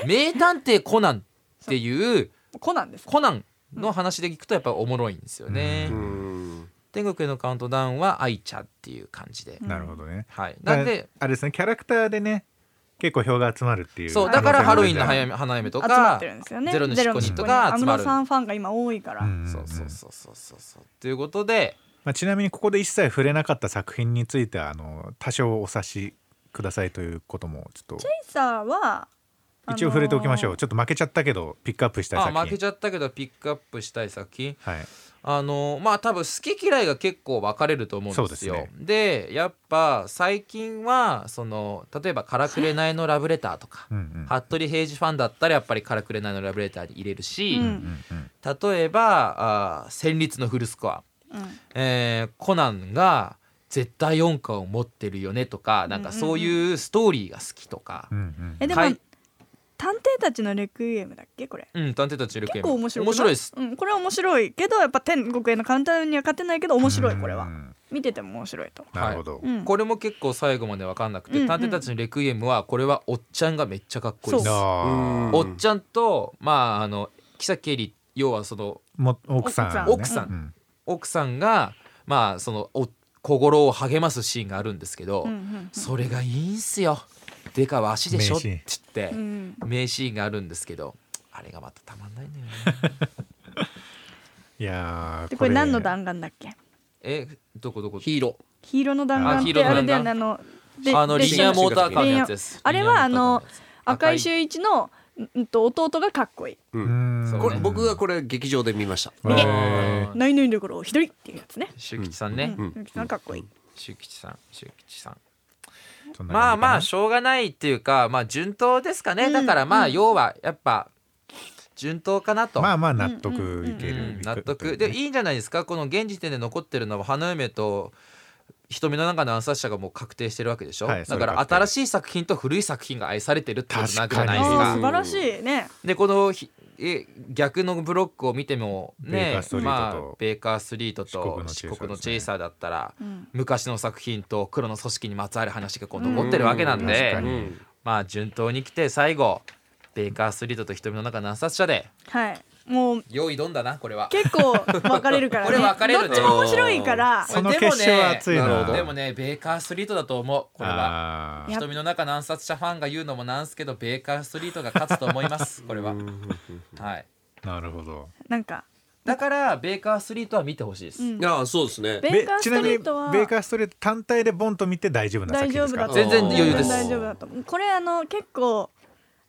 [SPEAKER 2] 名探偵コナンっていう
[SPEAKER 3] コナンですね
[SPEAKER 2] コナンの話で聞くとやっぱおもろいんですよね。
[SPEAKER 4] うん
[SPEAKER 2] 天国へのカウントダウンは愛ちゃんっていう感じで、
[SPEAKER 3] うん
[SPEAKER 1] なるほどね
[SPEAKER 2] はい。な
[SPEAKER 1] だ
[SPEAKER 2] ん
[SPEAKER 1] から
[SPEAKER 2] で。
[SPEAKER 1] あれですねキャラクターでね結構票が集まるっていう
[SPEAKER 2] そうだから
[SPEAKER 1] 可
[SPEAKER 2] ハ
[SPEAKER 1] 能
[SPEAKER 2] ロウ
[SPEAKER 1] 性
[SPEAKER 2] ィン
[SPEAKER 1] も
[SPEAKER 2] の
[SPEAKER 1] あ
[SPEAKER 2] 花
[SPEAKER 1] るんじゃない
[SPEAKER 2] 嫁花嫁と
[SPEAKER 3] 集ま
[SPEAKER 2] か
[SPEAKER 3] ってるんですよね
[SPEAKER 2] ゼロの執行人とか
[SPEAKER 3] 安
[SPEAKER 2] 集ま
[SPEAKER 3] 室
[SPEAKER 2] る
[SPEAKER 3] さんファンが今多いから、
[SPEAKER 1] うん
[SPEAKER 2] そうそうそうそうそうそうということで
[SPEAKER 1] まあ、ちなみにここで一切触れなかった作品についてはあの多少お察しくださいということもちょっ
[SPEAKER 3] レイサーは
[SPEAKER 1] と一応触れておきましょう、ちょっと負けちゃったけどピックアップしたい
[SPEAKER 2] あ
[SPEAKER 1] 作品
[SPEAKER 2] 負けちゃったけどピックアップしたい作品
[SPEAKER 1] はい
[SPEAKER 2] あのまあ多分好き嫌いが結構分かれると思うんですよ。
[SPEAKER 1] そうで
[SPEAKER 2] でやっぱ最近はその例えば「からくれないのラブレター」とか
[SPEAKER 1] うんうん
[SPEAKER 2] 服部平次ファンだったらやっぱり「からくれないのラブレター」に入れるし、
[SPEAKER 3] う
[SPEAKER 1] うん
[SPEAKER 3] ん
[SPEAKER 1] うん
[SPEAKER 2] 例えばあー「戦慄のフルスコア」
[SPEAKER 3] た、うん
[SPEAKER 2] えーコナンが絶対音感を持ってるよねとかなんかそういうストーリーが好きとか
[SPEAKER 1] う、んうん
[SPEAKER 3] えでも、
[SPEAKER 2] はい
[SPEAKER 3] 探偵たちのレクイエムだっけこれ
[SPEAKER 2] うん、探偵たちルクエ
[SPEAKER 3] 結
[SPEAKER 2] ム
[SPEAKER 3] 構面白くな
[SPEAKER 2] 面
[SPEAKER 3] い
[SPEAKER 2] 白いです。
[SPEAKER 3] うん、これは面白いけどやっぱ天国へのカウンターには勝てないけど面白いこれは、
[SPEAKER 1] うん
[SPEAKER 3] 見てても面白いと、
[SPEAKER 1] なるほど、
[SPEAKER 3] うん、
[SPEAKER 2] これも結構最後まで分かんなくて、
[SPEAKER 3] うんうん
[SPEAKER 2] 探偵たちのレクイエムはこれはおっちゃんがめっちゃかっこいいです
[SPEAKER 3] そ。
[SPEAKER 1] あ
[SPEAKER 2] おっちゃんとまああの木崎恵里要はその
[SPEAKER 1] ーも奥さん、ね、
[SPEAKER 2] 奥さん
[SPEAKER 1] うん
[SPEAKER 2] 奥さんがまあそのお小五郎を励ますシーンがあるんですけど、
[SPEAKER 3] うんうん
[SPEAKER 2] それがいいんすよ。でかは足でしょっ
[SPEAKER 1] 名シーン
[SPEAKER 2] て言って
[SPEAKER 3] うん、うん
[SPEAKER 2] 名シーンがあるんですけどあれがまたたまんないんだよね。
[SPEAKER 1] いやー
[SPEAKER 3] でこれ何の弾丸だっけ
[SPEAKER 2] えどこどこ
[SPEAKER 4] ヒーロ
[SPEAKER 3] 黄色の弾
[SPEAKER 1] あ
[SPEAKER 3] 丸
[SPEAKER 2] 黄
[SPEAKER 3] っ
[SPEAKER 2] 色の
[SPEAKER 3] て
[SPEAKER 2] 弾丸
[SPEAKER 3] あれだよねあので
[SPEAKER 2] あの
[SPEAKER 3] で
[SPEAKER 2] リニアモーターカーのやつ
[SPEAKER 3] リニア
[SPEAKER 2] です。
[SPEAKER 3] あれはあの
[SPEAKER 2] リニアモーターカーやつ
[SPEAKER 3] 赤井秀一のうんと弟がかっこいい
[SPEAKER 4] ー。う
[SPEAKER 1] うんん
[SPEAKER 2] そう
[SPEAKER 4] これ僕はこれ劇場で見ました。
[SPEAKER 1] へー
[SPEAKER 2] え
[SPEAKER 3] ないないんだから一人っていうやつね
[SPEAKER 2] 周吉さんね、
[SPEAKER 3] うん、なんかかっこいい、
[SPEAKER 2] 周吉さん周吉さん
[SPEAKER 1] そんな
[SPEAKER 2] まあ
[SPEAKER 1] 感じかな
[SPEAKER 2] まあしょうがないっていうかまあ順当ですかね、
[SPEAKER 3] うん
[SPEAKER 2] だからまあ
[SPEAKER 3] うん
[SPEAKER 2] 要はやっぱ順当かなと、
[SPEAKER 1] まあまあ納得い
[SPEAKER 2] うん
[SPEAKER 1] ける、
[SPEAKER 2] 納得で
[SPEAKER 1] い
[SPEAKER 2] いいんじゃないですかこの現時点で残ってるのは花嫁と瞳の中の暗殺者がもう確定してるわけでしょ、
[SPEAKER 1] はいそ
[SPEAKER 2] だ
[SPEAKER 1] れ
[SPEAKER 2] から
[SPEAKER 1] 確定
[SPEAKER 2] 新しい作品と古い作品が愛されてるってことなんじゃない
[SPEAKER 3] あ
[SPEAKER 2] ですか
[SPEAKER 3] ー素晴らしいね
[SPEAKER 2] でこのひえ逆のブロックを見ても
[SPEAKER 1] ベイカ
[SPEAKER 2] ね
[SPEAKER 1] ーストリー
[SPEAKER 2] まあ
[SPEAKER 1] トと
[SPEAKER 2] ベイカーストリートと
[SPEAKER 1] 四
[SPEAKER 2] 四
[SPEAKER 1] 国
[SPEAKER 2] 国
[SPEAKER 1] の
[SPEAKER 2] の
[SPEAKER 1] チ
[SPEAKER 2] チ
[SPEAKER 1] ェ
[SPEAKER 2] ェ
[SPEAKER 1] イ
[SPEAKER 2] イ
[SPEAKER 1] サ
[SPEAKER 2] サーだったら
[SPEAKER 3] うん
[SPEAKER 2] 昔の作品と黒の組織にまつわる話がこう残ってるわけなんで、
[SPEAKER 1] うん
[SPEAKER 4] うん
[SPEAKER 2] まあ順当に来て最後ベイカーストリートと瞳の中の暗殺者で
[SPEAKER 3] はいもう
[SPEAKER 2] 用意どんだなこれは。
[SPEAKER 3] 結構分かれるからね
[SPEAKER 2] これ 分かれるね
[SPEAKER 3] どっちも面白いから
[SPEAKER 1] その決勝は熱い
[SPEAKER 4] なる
[SPEAKER 1] な
[SPEAKER 4] ほど
[SPEAKER 2] でもねベイカーストリートだと思うこれは。
[SPEAKER 1] あー
[SPEAKER 3] やっ
[SPEAKER 2] 瞳の中の暗殺者ファンが言うのもなんすけどベイカーストリートが勝つと思い ますこれは。はい、
[SPEAKER 1] なるほど
[SPEAKER 3] なんか
[SPEAKER 2] だからベイカーストリートは見てほしいです。
[SPEAKER 3] うん
[SPEAKER 4] いやそうですね。
[SPEAKER 3] ベイカー
[SPEAKER 1] べ
[SPEAKER 3] ス
[SPEAKER 1] ち
[SPEAKER 3] ト
[SPEAKER 1] なみ
[SPEAKER 3] リ
[SPEAKER 1] に
[SPEAKER 3] ートは
[SPEAKER 1] ベイカーストリート単体でボンと見て大丈夫な作品
[SPEAKER 3] 大丈
[SPEAKER 1] です
[SPEAKER 3] 夫
[SPEAKER 1] か
[SPEAKER 3] だと
[SPEAKER 4] 全然余裕
[SPEAKER 3] 全
[SPEAKER 4] です
[SPEAKER 3] 然大丈夫だと思うこれあの結構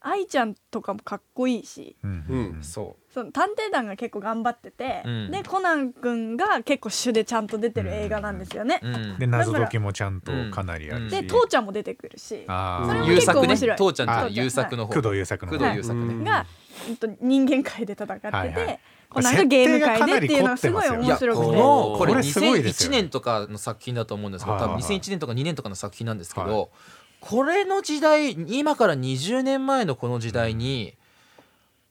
[SPEAKER 3] 愛ちゃんとかもかっこいいし
[SPEAKER 1] うん
[SPEAKER 4] う
[SPEAKER 1] うんん
[SPEAKER 2] そ
[SPEAKER 3] その探偵団が結構頑張ってて、
[SPEAKER 2] うん
[SPEAKER 3] でコナン君が結構主でちゃんと出てる映画なんですよね、
[SPEAKER 2] う、うん
[SPEAKER 1] で謎解きもちゃんとかなりあるし、
[SPEAKER 2] うん
[SPEAKER 3] で父ちゃんも出てくるし、
[SPEAKER 1] あ
[SPEAKER 4] それ
[SPEAKER 1] ー
[SPEAKER 4] も
[SPEAKER 2] 優
[SPEAKER 4] 結構
[SPEAKER 2] 作ね
[SPEAKER 3] 面白い
[SPEAKER 2] 父ちゃん
[SPEAKER 1] あ
[SPEAKER 2] と優作の方
[SPEAKER 1] 工藤優作の
[SPEAKER 2] 工
[SPEAKER 1] 方
[SPEAKER 2] 藤
[SPEAKER 3] はい
[SPEAKER 2] 優作ね、
[SPEAKER 4] うん
[SPEAKER 3] が、うんと人間界で戦ってて、
[SPEAKER 1] はいはい
[SPEAKER 3] コナンがゲーム界でっていうのがすごい
[SPEAKER 1] 設定がかなり凝ってますよ
[SPEAKER 2] い
[SPEAKER 3] 面
[SPEAKER 2] やこ
[SPEAKER 3] 白くて
[SPEAKER 4] いや
[SPEAKER 2] のこれ
[SPEAKER 1] これすごいですよ
[SPEAKER 2] 2001年とかの作品だと思うんですけど
[SPEAKER 1] はい
[SPEAKER 2] 多
[SPEAKER 1] はい
[SPEAKER 2] 分
[SPEAKER 1] はい
[SPEAKER 2] 2001年とか2年とかの作品なんですけ
[SPEAKER 1] は
[SPEAKER 2] どこれの時代今から20年前のこの時代に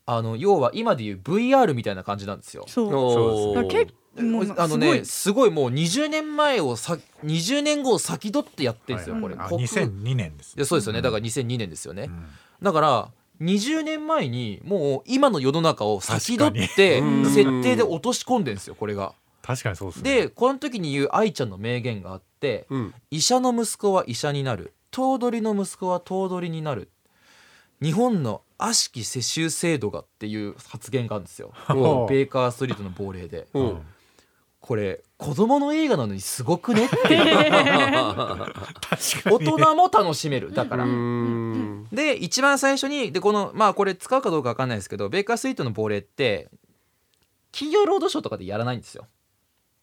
[SPEAKER 2] あの要は今でいう VR みたいな感じなんですよ。
[SPEAKER 3] そう
[SPEAKER 1] そ
[SPEAKER 4] お
[SPEAKER 1] う
[SPEAKER 3] だ
[SPEAKER 4] ー
[SPEAKER 3] から結構もう
[SPEAKER 2] あの
[SPEAKER 3] すご
[SPEAKER 2] ね
[SPEAKER 3] い
[SPEAKER 2] すごいもう20年前をさ20年後を先取ってやってるんですよ
[SPEAKER 1] はい
[SPEAKER 2] これ。
[SPEAKER 1] あ
[SPEAKER 2] 国
[SPEAKER 1] 2002年です
[SPEAKER 2] いやそうですよねだから2002年ですよね。
[SPEAKER 1] うん
[SPEAKER 2] だから20年前にもう今の世の中を先取って
[SPEAKER 4] 確かに
[SPEAKER 2] 設定で落とし込んでんですよこれが。
[SPEAKER 1] 確かにそうですね
[SPEAKER 2] でこの時に言う愛ちゃんの名言があって
[SPEAKER 4] うん
[SPEAKER 2] 「医者の息子は医者になる頭取の息子は頭取になる」日本の悪しき世襲制度がっていう発言があるんですよ
[SPEAKER 4] お
[SPEAKER 1] う
[SPEAKER 2] ベーカーストリートの亡霊で
[SPEAKER 4] う
[SPEAKER 1] うん
[SPEAKER 4] ん
[SPEAKER 2] これ子供の映画なのにすごくねって
[SPEAKER 1] 確か
[SPEAKER 2] 大
[SPEAKER 1] に
[SPEAKER 2] 人も楽しめるだから
[SPEAKER 4] うー。ん
[SPEAKER 2] で一番最初にでこのまあこれ使うかどうかわかんないですけどベーカースイートの亡霊って企業労働省とかでやらないんですよ。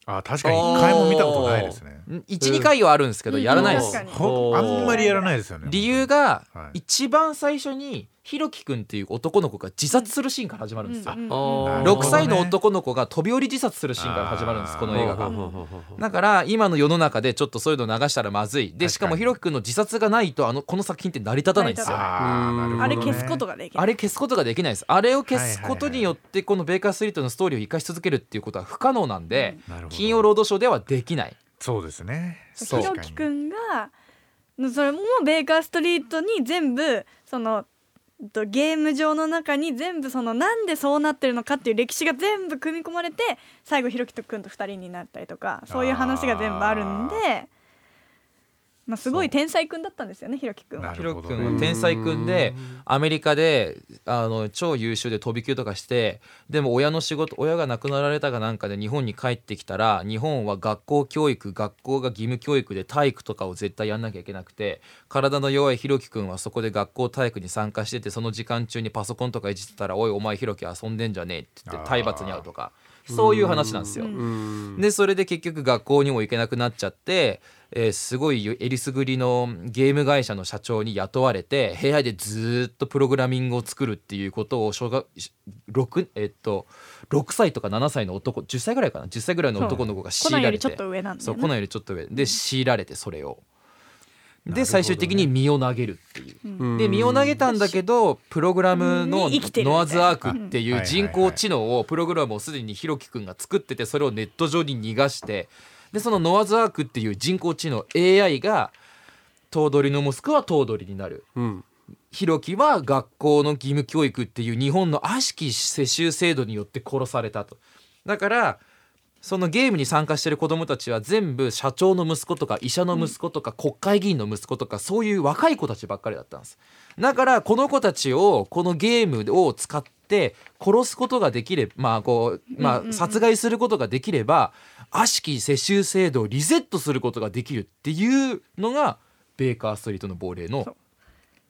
[SPEAKER 1] あ確かに一回も見たことないですね
[SPEAKER 2] 12回はあるんですけどやらないで
[SPEAKER 3] うん
[SPEAKER 2] す
[SPEAKER 3] 確。かに
[SPEAKER 1] ほんあんまりやらないですよね
[SPEAKER 2] 理由が
[SPEAKER 1] はい
[SPEAKER 2] 一番最初にひろきくんっていう男の子が自殺するシーンから始まるんですよ
[SPEAKER 3] う。ん
[SPEAKER 4] あー
[SPEAKER 2] 6歳の男の子が飛び降り自殺するシーンから始まるんですこの映画
[SPEAKER 4] う
[SPEAKER 2] が
[SPEAKER 4] ん。うんうんうん
[SPEAKER 2] だから今の世の中でちょっとそういうの流したらまずいでしかも
[SPEAKER 1] 確かに
[SPEAKER 2] ひろきくんの自殺がないとあのこの作品って成り立たないんですよ
[SPEAKER 3] 成り立
[SPEAKER 1] あーなるほどね
[SPEAKER 3] あれ消すことができない
[SPEAKER 2] あれ消すことができないですあれを消すことによってこのベーカーストリートのストーリーを生かし続けるっていうことは不可能なんで
[SPEAKER 1] なるほど
[SPEAKER 2] 金曜ロードショーではできない
[SPEAKER 1] そうですね
[SPEAKER 2] そ
[SPEAKER 1] 確
[SPEAKER 2] う
[SPEAKER 3] ひ
[SPEAKER 1] か
[SPEAKER 3] ろ
[SPEAKER 1] に
[SPEAKER 3] きくんがそれもベーカーストリートに全部そのえっとゲーム上の中に全部そのなんでそうなってるのかっていう歴史が全部組み込まれて最後ひろきくんと二人になったりとかそういう話が全部あるんで
[SPEAKER 1] あ
[SPEAKER 3] まあ、すごい天才くんだったんですよねひろきくんは
[SPEAKER 1] な。
[SPEAKER 2] ひ
[SPEAKER 1] る
[SPEAKER 2] ろ
[SPEAKER 1] ほ
[SPEAKER 2] き
[SPEAKER 1] ど
[SPEAKER 2] く
[SPEAKER 1] ね
[SPEAKER 2] んは天才くんで
[SPEAKER 4] うん
[SPEAKER 2] アメリカであの超優秀で飛び級とかしてでも親の仕事親が亡くなられたかなんかで日本に帰ってきたら日本は学校教育学校が義務教育で体育とかを絶対やんなきゃいけなくて体の弱いひろきくんはそこで学校体育に参加しててその時間中にパソコンとかいじってたら「おいお前ひろき遊んでんじゃねえ」って言って体罰に遭うとかそういう話なんですよ。
[SPEAKER 4] うん
[SPEAKER 2] でそれで結局学校にも行けなくなっちゃって、えーすごいえりすぐりのゲーム会社の社長に雇われて部屋でずーっとプログラミングを作るっていうことを小学 6, えっと6歳とか7歳の男10歳ぐらいかな10歳ぐらいの男の子が
[SPEAKER 3] コ
[SPEAKER 2] 強
[SPEAKER 3] ナン
[SPEAKER 2] いら
[SPEAKER 3] より
[SPEAKER 2] れ
[SPEAKER 3] ち
[SPEAKER 2] て
[SPEAKER 3] ょっと上なんだ
[SPEAKER 2] そ
[SPEAKER 3] よ
[SPEAKER 2] うコナ
[SPEAKER 3] ね。
[SPEAKER 2] ンよりちょっと上で強いられてそれを。
[SPEAKER 1] なるほど
[SPEAKER 2] で
[SPEAKER 1] ね
[SPEAKER 2] 最終的に身を投げるっていう。
[SPEAKER 4] うん
[SPEAKER 2] で身を投げたんだけどプログラムの
[SPEAKER 3] に生きてるみたいな
[SPEAKER 2] ノアズアークって
[SPEAKER 1] はいはい
[SPEAKER 2] い
[SPEAKER 1] は
[SPEAKER 2] う
[SPEAKER 1] い
[SPEAKER 2] 人工知能をプログラムをすでにひろきくんが作っててそれをネット上に逃がしてでそのノアズアークっていう人工知能 AI が頭取の息子は頭取になる
[SPEAKER 4] うん
[SPEAKER 2] ひろきは学校の義務教育っていう日本の悪しき世襲制度によって殺されたとだからそのゲームに参加してる子供たちは全部社長の息子とか医者の息子とか国会議員の息子とかそういう若い子たちばっかりだったんですだからこの子たちをこのゲームを使って殺すことができればまあこう
[SPEAKER 3] うんうん
[SPEAKER 2] ま
[SPEAKER 3] う
[SPEAKER 2] あ
[SPEAKER 3] ん
[SPEAKER 2] 殺害することができれば悪しき世襲制度をリセットすることができるっていうのがベーカーストリートの亡霊の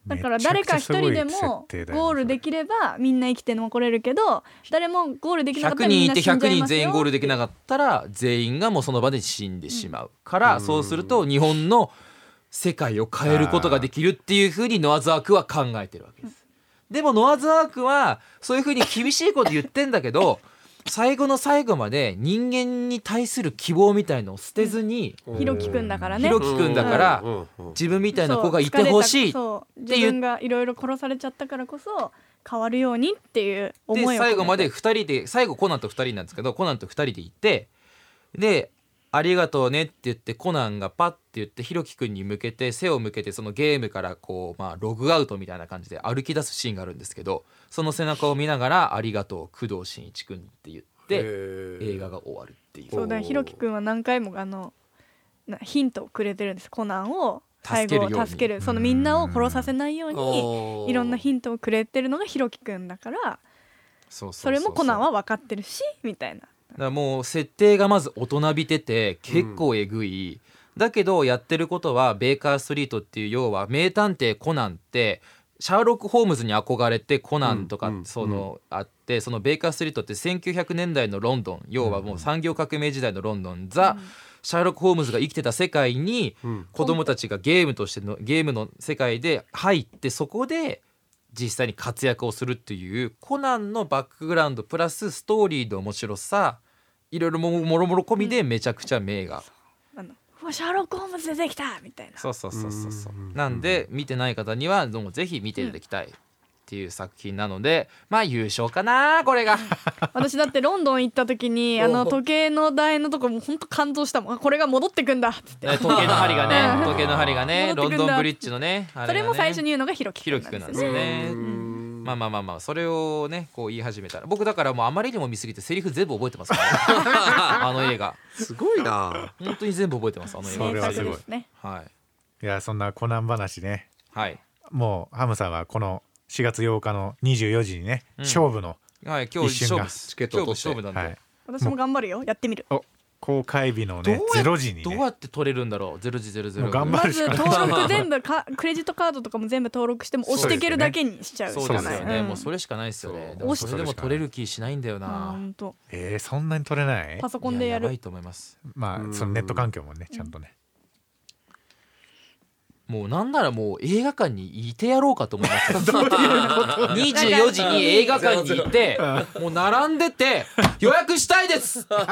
[SPEAKER 3] だから誰か一人でもゴールで
[SPEAKER 1] き
[SPEAKER 3] きればみんな生きて残れるけど誰もゴールできなかっ
[SPEAKER 2] 100
[SPEAKER 3] たらみ
[SPEAKER 2] 人
[SPEAKER 3] ん
[SPEAKER 2] い
[SPEAKER 3] な
[SPEAKER 2] て
[SPEAKER 3] 死んじゃいますよ
[SPEAKER 2] 100人全員ゴールできなかったら全員がもうその場で死んでしまうから、
[SPEAKER 4] うん
[SPEAKER 2] そうすると日本の世界を変えることができるっていうふうにノアズアークは考えてるわけです。でもノアズアークはそういうふうに厳しいこと言ってんだけど最後の最後まで人間に対する希望みたいのを捨てずに、
[SPEAKER 3] ひろきくんだから
[SPEAKER 2] ひ
[SPEAKER 3] ね。
[SPEAKER 2] ろきくんだから
[SPEAKER 4] うんうんうん
[SPEAKER 2] 自分みたいな子がいてほしいって
[SPEAKER 3] そう疲れたそう
[SPEAKER 2] ていう
[SPEAKER 3] 自分がいろいろ殺されちゃったからこそ変わるようにっていう思いを
[SPEAKER 2] で
[SPEAKER 3] 込めて
[SPEAKER 2] 最後まで2人で最後コナンと2人なんですけどコナンと2人で行ってで「ありがとうね」って言ってコナンがパッて言ってひろきくんに向けて背を向けてそのゲームからこう、まあ、ログアウトみたいな感じで歩き出すシーンがあるんですけどその背中を見ながら「ありがとう工藤新一くん」って言っ
[SPEAKER 4] へ
[SPEAKER 2] て
[SPEAKER 4] ー
[SPEAKER 2] 映画が終わるっていう
[SPEAKER 3] そうだからひろきくんは何回もあのなヒントをくれてるんですコナンを最後
[SPEAKER 2] 助けるように
[SPEAKER 3] 助けるそのみんなを殺させないようにいろんなヒントをくれてるのがひろきくんだから
[SPEAKER 2] そう
[SPEAKER 3] それもコナン
[SPEAKER 2] は
[SPEAKER 3] は分かってるしみたいな
[SPEAKER 2] だからもう設定がまず大人びてて結構えぐい、だけどやってることはベーカーストリートっていう要は名探偵コナンってシャーロック・ホームズに憧れてコナンとか
[SPEAKER 4] うん
[SPEAKER 2] そのあってそのベーカーストリートって1900年代のロンドン要はもう産業革命時代のロンドンザ・シャーロック・ホームズが生きてた世界に
[SPEAKER 4] うん
[SPEAKER 2] 子供たちがゲームとしてのゲームの世界で入ってそこで実際に活躍をするっていうコナンのバックグラウンドプラスストーリーの面白さいろいろももろもろ込みでめちゃくちゃ名画、
[SPEAKER 3] あのうわシャーロック・ホームズ出てきたみたいな
[SPEAKER 2] そうそうそうそうそう
[SPEAKER 4] うん
[SPEAKER 2] なんで見てない方にはどうもぜひ見ていただきたいっていう作品なのでまあ優勝かなこれが
[SPEAKER 3] 私だってロンドン行った時にあの時計の台のとこも本当感動したもんあこれが戻ってくんだっつって
[SPEAKER 2] ね時計の針がね
[SPEAKER 1] うん
[SPEAKER 2] 時計の針がね
[SPEAKER 3] 戻
[SPEAKER 2] ロ
[SPEAKER 3] って
[SPEAKER 2] ン
[SPEAKER 3] くんだ
[SPEAKER 2] ドンブリッジのねあ
[SPEAKER 3] それ
[SPEAKER 2] がね
[SPEAKER 3] も最初に言うのがひろき
[SPEAKER 2] ひ
[SPEAKER 3] く
[SPEAKER 2] ろ
[SPEAKER 3] ん
[SPEAKER 2] き
[SPEAKER 3] な
[SPEAKER 2] くん
[SPEAKER 3] んで
[SPEAKER 2] なん
[SPEAKER 3] す
[SPEAKER 2] です
[SPEAKER 3] ね
[SPEAKER 2] よね
[SPEAKER 4] うん
[SPEAKER 2] まあまあまあまあそれをねこう言い始めたら僕だからもうあまりにも見すぎてセリフ全部覚えてますか らあの映画
[SPEAKER 4] すごいな
[SPEAKER 2] 本当に全部覚えてますあの映
[SPEAKER 1] そ
[SPEAKER 2] 画
[SPEAKER 1] れ
[SPEAKER 3] 名
[SPEAKER 1] は
[SPEAKER 3] 作
[SPEAKER 1] すごい
[SPEAKER 3] ですね
[SPEAKER 2] はい
[SPEAKER 1] いやそんなコナン話ね
[SPEAKER 2] はい、
[SPEAKER 1] もうハムさんはこの4月8日の24時にね、
[SPEAKER 2] うん
[SPEAKER 1] 勝負の、
[SPEAKER 2] はい、今日
[SPEAKER 1] 一瞬
[SPEAKER 2] 勝
[SPEAKER 1] が
[SPEAKER 2] 負
[SPEAKER 4] チケットを
[SPEAKER 2] 今日
[SPEAKER 4] 取って
[SPEAKER 2] 勝負なんで、
[SPEAKER 1] はい、
[SPEAKER 3] 私も頑張るよやってみる
[SPEAKER 1] お公開日の
[SPEAKER 2] どう
[SPEAKER 1] ね
[SPEAKER 2] や
[SPEAKER 1] ゼロ時に
[SPEAKER 2] どう
[SPEAKER 1] ね
[SPEAKER 2] やって取れるんだろうゼロ時ゼロゼロ
[SPEAKER 1] もう頑張
[SPEAKER 3] ま
[SPEAKER 1] るし
[SPEAKER 3] ず
[SPEAKER 1] かない
[SPEAKER 3] 登録全部かクレジットカードとかも全部登録しても押していけるだけにしちゃうし
[SPEAKER 2] そう
[SPEAKER 3] か
[SPEAKER 2] で
[SPEAKER 3] ない
[SPEAKER 2] すよね、
[SPEAKER 3] ん
[SPEAKER 2] もうそれしかないですよね
[SPEAKER 1] そう
[SPEAKER 2] でもそれでも取れる気しないんだよ
[SPEAKER 3] あー
[SPEAKER 2] な
[SPEAKER 3] ほんと
[SPEAKER 1] えー、そんなに取れない
[SPEAKER 3] パソコンでや
[SPEAKER 2] いややば
[SPEAKER 3] る
[SPEAKER 2] いと思います
[SPEAKER 1] ま
[SPEAKER 4] う
[SPEAKER 1] あ
[SPEAKER 4] ん
[SPEAKER 1] そのネット環境もねちゃんとね
[SPEAKER 2] もうなんならもう映画館にいてやろうかと思います 24時に映画館に行ってもう並んでて「予約したいです!」っても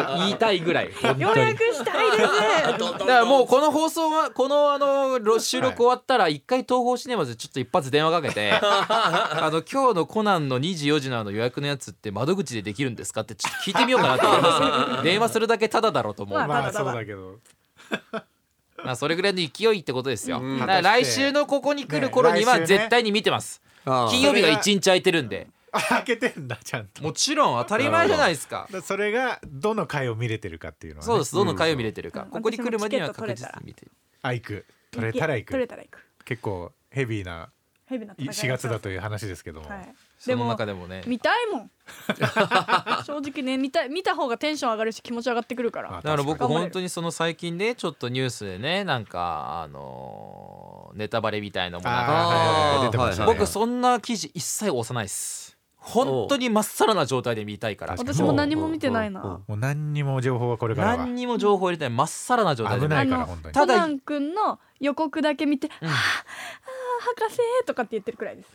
[SPEAKER 2] う言いたいぐ らい本
[SPEAKER 3] よう
[SPEAKER 2] 当
[SPEAKER 3] や
[SPEAKER 2] に
[SPEAKER 3] くしたいで
[SPEAKER 2] だ
[SPEAKER 3] す
[SPEAKER 2] からもうこの放送は このあの収録終わったら一回東宝シネマズちょっと一発電話かけ てあの今日のコナンの24時のあの予約のやつって窓口でできるんですかってちょっと聞いてみようかなと思い ます電話するだけタダだろうと思う、
[SPEAKER 3] まあ
[SPEAKER 2] ま
[SPEAKER 1] ま
[SPEAKER 3] ま
[SPEAKER 1] あ
[SPEAKER 3] だま
[SPEAKER 1] そう
[SPEAKER 3] だ
[SPEAKER 1] だけど
[SPEAKER 2] あ、それぐらいの勢いってことですよ、
[SPEAKER 4] うん
[SPEAKER 2] だから来週のここに来る頃には
[SPEAKER 1] ね来週ね
[SPEAKER 2] 絶対に見てます、
[SPEAKER 4] あ
[SPEAKER 2] 金曜日が一日空いてるんで
[SPEAKER 1] あ開けてんだちゃんと
[SPEAKER 2] もちろん当たり前じゃないですか
[SPEAKER 1] だそれがどの回を見れてるかっていうのは、ね、
[SPEAKER 2] そうですどの回を見れてるか、
[SPEAKER 3] うん
[SPEAKER 2] ここに来るまでには
[SPEAKER 3] 私も
[SPEAKER 2] 確
[SPEAKER 3] チケッ
[SPEAKER 2] 実
[SPEAKER 3] ト
[SPEAKER 2] に見てる
[SPEAKER 1] あ行く取れたら行
[SPEAKER 3] 取れ
[SPEAKER 1] く
[SPEAKER 3] たら行く
[SPEAKER 1] 結構ヘビーな
[SPEAKER 3] ヘビな戦い
[SPEAKER 1] 4月だという話ですけども、
[SPEAKER 3] はい
[SPEAKER 2] そ
[SPEAKER 3] で
[SPEAKER 2] の
[SPEAKER 3] も
[SPEAKER 2] 中でもね
[SPEAKER 3] 見たい もん正直ね見た見た方がテンション上がるし気持ち上がってくるから
[SPEAKER 1] あ
[SPEAKER 2] だから僕
[SPEAKER 3] 確かに
[SPEAKER 2] 本当にその最近ねちょっとニュースでねなんかあのーネタバレみたいのもなんか
[SPEAKER 1] あーはいはいはい
[SPEAKER 4] あー
[SPEAKER 1] 出てましたね
[SPEAKER 2] 僕そんな記事一切押さないっす本当にまっさらな状態で見たいから
[SPEAKER 1] 確かに
[SPEAKER 3] 私も何も見てないな
[SPEAKER 4] うんうんうん
[SPEAKER 1] もう何にも情報はこれからは
[SPEAKER 2] 何にも情報入れてないまっさらな状態
[SPEAKER 1] 危
[SPEAKER 2] で見
[SPEAKER 1] な
[SPEAKER 2] た
[SPEAKER 3] あ
[SPEAKER 1] い
[SPEAKER 2] い
[SPEAKER 1] から
[SPEAKER 3] の
[SPEAKER 1] 本当に
[SPEAKER 2] た
[SPEAKER 3] コ
[SPEAKER 2] だ
[SPEAKER 3] ナン君の予告だけ見て「
[SPEAKER 2] うん
[SPEAKER 3] あーあー博士」とかって言ってるくらいです